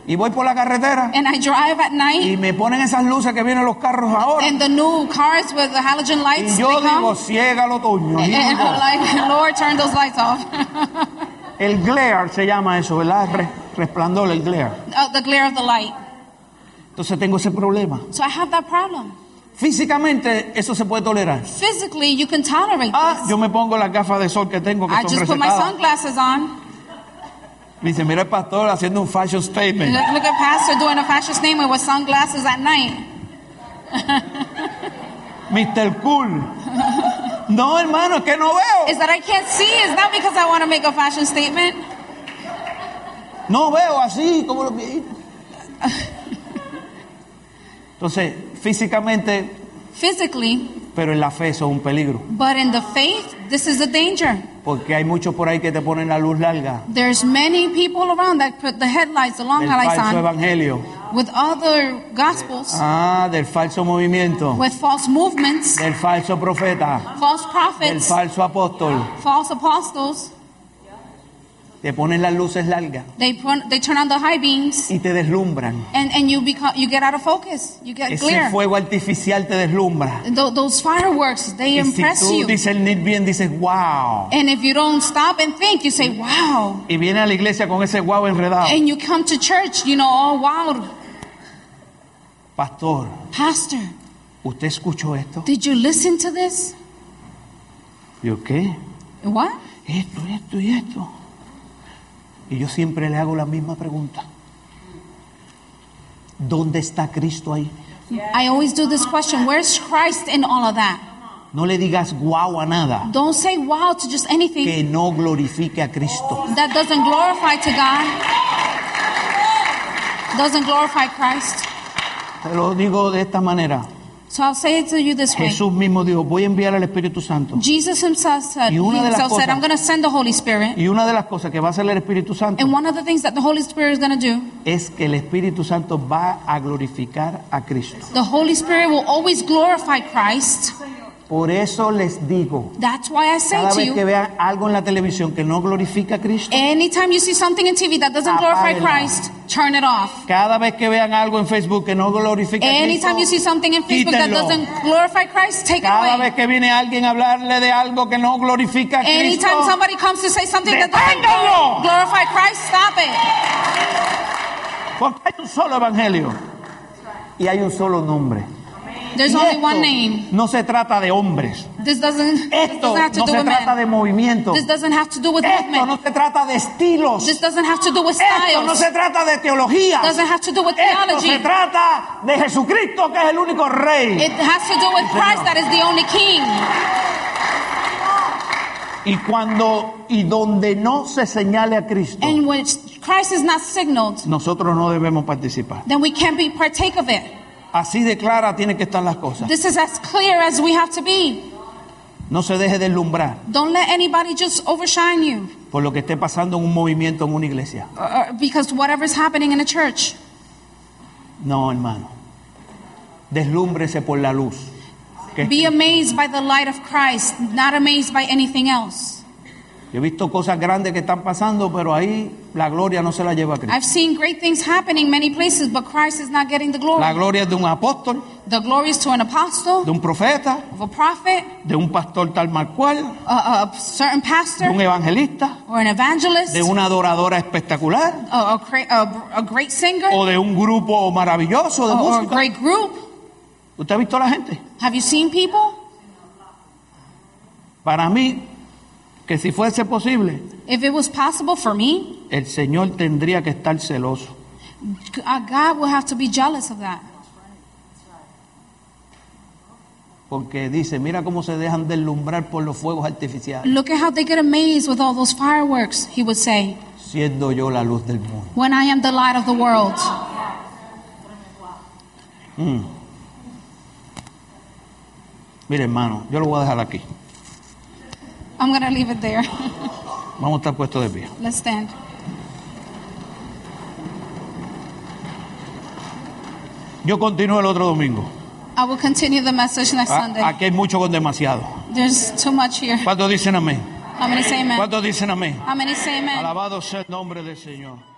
Speaker 1: Y voy por la carretera
Speaker 2: And I drive at night.
Speaker 1: y me ponen esas luces que vienen los carros ahora.
Speaker 2: and the new cars with the halogen lights
Speaker 1: Y
Speaker 2: they
Speaker 1: yo digo,
Speaker 2: come.
Speaker 1: ciega el otoño.
Speaker 2: And, and
Speaker 1: hijo".
Speaker 2: I'm like, Lord, turn those lights off. Uh,
Speaker 1: El glare se llama eso, ¿verdad? Re- resplandor, el glare.
Speaker 2: Oh, the glare of the light.
Speaker 1: Entonces tengo ese problema.
Speaker 2: So I have that problem.
Speaker 1: Físicamente eso se puede tolerar.
Speaker 2: Physically, you can tolerate
Speaker 1: Ah,
Speaker 2: this.
Speaker 1: yo me pongo las gafas de sol que tengo que
Speaker 2: I
Speaker 1: son
Speaker 2: Ah, just put my
Speaker 1: recetadas.
Speaker 2: sunglasses on.
Speaker 1: Me dice, mira el pastor haciendo un fashion
Speaker 2: Look,
Speaker 1: statement.
Speaker 2: look at Pastor doing a fascist name with sunglasses at night.
Speaker 1: Mr. Cool. No, hermano, es que no veo.
Speaker 2: Is that I can't see? It's not because I want to make a fashion statement.
Speaker 1: No veo así como los viejitos. Entonces, físicamente,
Speaker 2: Physically,
Speaker 1: pero en la fe eso es un peligro.
Speaker 2: but in the faith, this is a danger.
Speaker 1: Porque hay muchos por ahí que te ponen la luz larga
Speaker 2: There's many people around that put the headlights, the long
Speaker 1: del
Speaker 2: headlights
Speaker 1: falso
Speaker 2: on,
Speaker 1: evangelio,
Speaker 2: with other gospels,
Speaker 1: ah, del falso movimiento,
Speaker 2: with false movements.
Speaker 1: del falso profeta,
Speaker 2: false
Speaker 1: del
Speaker 2: prophets,
Speaker 1: falso apóstol.
Speaker 2: false apostles,
Speaker 1: Te ponen las luces largas
Speaker 2: they put, they turn on the high beams
Speaker 1: y te deslumbran.
Speaker 2: and, and you become you get out of focus. You get
Speaker 1: Ese
Speaker 2: clear.
Speaker 1: fuego artificial te deslumbra.
Speaker 2: Tho- those fireworks, they
Speaker 1: Y si
Speaker 2: impress
Speaker 1: tú
Speaker 2: you.
Speaker 1: discernir bien, dices, wow.
Speaker 2: And if you don't stop and think, you say, wow.
Speaker 1: Y viene a la iglesia con ese wow enredado.
Speaker 2: And you come to church, you know, oh wow,
Speaker 1: Pastor,
Speaker 2: pastor,
Speaker 1: ¿usted escuchó esto?
Speaker 2: did you listen to this?
Speaker 1: Yo, ¿qué?
Speaker 2: What?
Speaker 1: Esto, esto y esto. Y yo siempre le hago la misma pregunta. ¿Dónde está Cristo ahí?
Speaker 2: I always do this question, where's Christ in all of that?
Speaker 1: No le digas guau a nada
Speaker 2: Don't say wow to just anything
Speaker 1: que no glorifique a Cristo.
Speaker 2: that doesn't glorify to God. Doesn't glorify Christ.
Speaker 1: Te lo digo de esta manera.
Speaker 2: So I'll say it to you this way.
Speaker 1: Jesús mismo dijo, voy a enviar al Espíritu Santo.
Speaker 2: Jesus himself said,
Speaker 1: Y una de las
Speaker 2: himself said
Speaker 1: cosas-
Speaker 2: I'm going to send the Holy Spirit.
Speaker 1: Y una de las cosas que va a hacer el Espíritu Santo
Speaker 2: And one of the things that the Holy Spirit is going to do,
Speaker 1: es que el Espíritu Santo va a glorificar a Cristo.
Speaker 2: the Holy Spirit will always glorify Christ.
Speaker 1: Por eso les digo,
Speaker 2: That's why I say
Speaker 1: cada
Speaker 2: to
Speaker 1: vez que
Speaker 2: you,
Speaker 1: vean algo en la televisión que no glorifica a Cristo,
Speaker 2: anytime you see something in TV that
Speaker 1: Ah,
Speaker 2: doesn't glorify Christ, turn it off.
Speaker 1: cada vez que vean algo en Facebook que no glorifica a
Speaker 2: Anytime you see
Speaker 1: Cristo,
Speaker 2: something in Facebook that
Speaker 1: Quítenlo.
Speaker 2: doesn't glorify Christ, take it
Speaker 1: cada vez
Speaker 2: away.
Speaker 1: que viene alguien a hablarle de algo que no glorifica a Cristo,
Speaker 2: Anytime somebody comes to say something that doesn't
Speaker 1: Deténganlo.
Speaker 2: glorify Christ, stop it.
Speaker 1: porque hay un solo evangelio y hay un solo nombre.
Speaker 2: There's
Speaker 1: Y
Speaker 2: only
Speaker 1: esto
Speaker 2: one name.
Speaker 1: No se trata de hombres.
Speaker 2: This doesn't, this
Speaker 1: Esto
Speaker 2: doesn't have to
Speaker 1: no
Speaker 2: do
Speaker 1: se
Speaker 2: with
Speaker 1: trata
Speaker 2: men.
Speaker 1: de movimientos.
Speaker 2: This doesn't have to do with
Speaker 1: Esto
Speaker 2: movement.
Speaker 1: no se trata de estilos.
Speaker 2: This doesn't have to do with
Speaker 1: Esto no
Speaker 2: styles.
Speaker 1: se trata de teología.
Speaker 2: doesn't have to do with
Speaker 1: Esto se
Speaker 2: theology.
Speaker 1: trata de Jesucristo, que es el único rey.
Speaker 2: It has to do with Christ that is the only king.
Speaker 1: Y cuando y donde no se señale a Cristo,
Speaker 2: And when Christ is not signaled,
Speaker 1: nosotros no debemos participar.
Speaker 2: then we can't be partake of it.
Speaker 1: Así de clara tienen que estar las cosas.
Speaker 2: This is as clear as we have to be.
Speaker 1: No se deje deslumbrar
Speaker 2: Don't let anybody just overshine you
Speaker 1: por lo que esté pasando en un movimiento, en una iglesia.
Speaker 2: or- or- because whatever's happening in the church,
Speaker 1: No, hermano. Deslúmbrese por la luz. Que
Speaker 2: be amazed by the light of Christ, not amazed by anything else.
Speaker 1: Yo he visto cosas grandes que están pasando, pero ahí la gloria no se la lleva a Cristo.
Speaker 2: I've seen great things happening many places, but Christ is not getting the
Speaker 1: La
Speaker 2: glory.
Speaker 1: gloria es de un apóstol,
Speaker 2: The glory is to an apostle,
Speaker 1: de un profeta,
Speaker 2: of a prophet,
Speaker 1: de un pastor tal mal cual,
Speaker 2: a, a certain
Speaker 1: de un
Speaker 2: pastor,
Speaker 1: evangelista,
Speaker 2: or an evangelist,
Speaker 1: de una adoradora espectacular,
Speaker 2: a, a, cra- a, a great singer
Speaker 1: o de un grupo maravilloso de
Speaker 2: or, or a
Speaker 1: música.
Speaker 2: great group.
Speaker 1: ¿Usted ha visto a la gente?
Speaker 2: Have you seen people?
Speaker 1: Para mí, que si fuese posible,
Speaker 2: If it was possible for me,
Speaker 1: el Señor tendría que estar celoso.
Speaker 2: uh, God will have to be jealous of that.
Speaker 1: Porque dice, mira cómo se dejan deslumbrar por los fuegos artificiales,
Speaker 2: Look at how they get amazed with all those fireworks, he would say,
Speaker 1: siendo yo la luz del mundo.
Speaker 2: when I am the light of the world.
Speaker 1: Mire hermano, yo lo voy a dejar aquí.
Speaker 2: I'm going to leave it there.
Speaker 1: Vamos a estar puestos de pie.
Speaker 2: Let's stand.
Speaker 1: Yo continúo el otro domingo.
Speaker 2: I will continue the message next
Speaker 1: Ah,
Speaker 2: Sunday.
Speaker 1: Aquí hay mucho con demasiado.
Speaker 2: There's too much here.
Speaker 1: ¿Cuántos dicen amén?
Speaker 2: How many say amen?
Speaker 1: ¿Cuántos dicen amén?
Speaker 2: How many say amen?
Speaker 1: Alabado sea el nombre del Señor.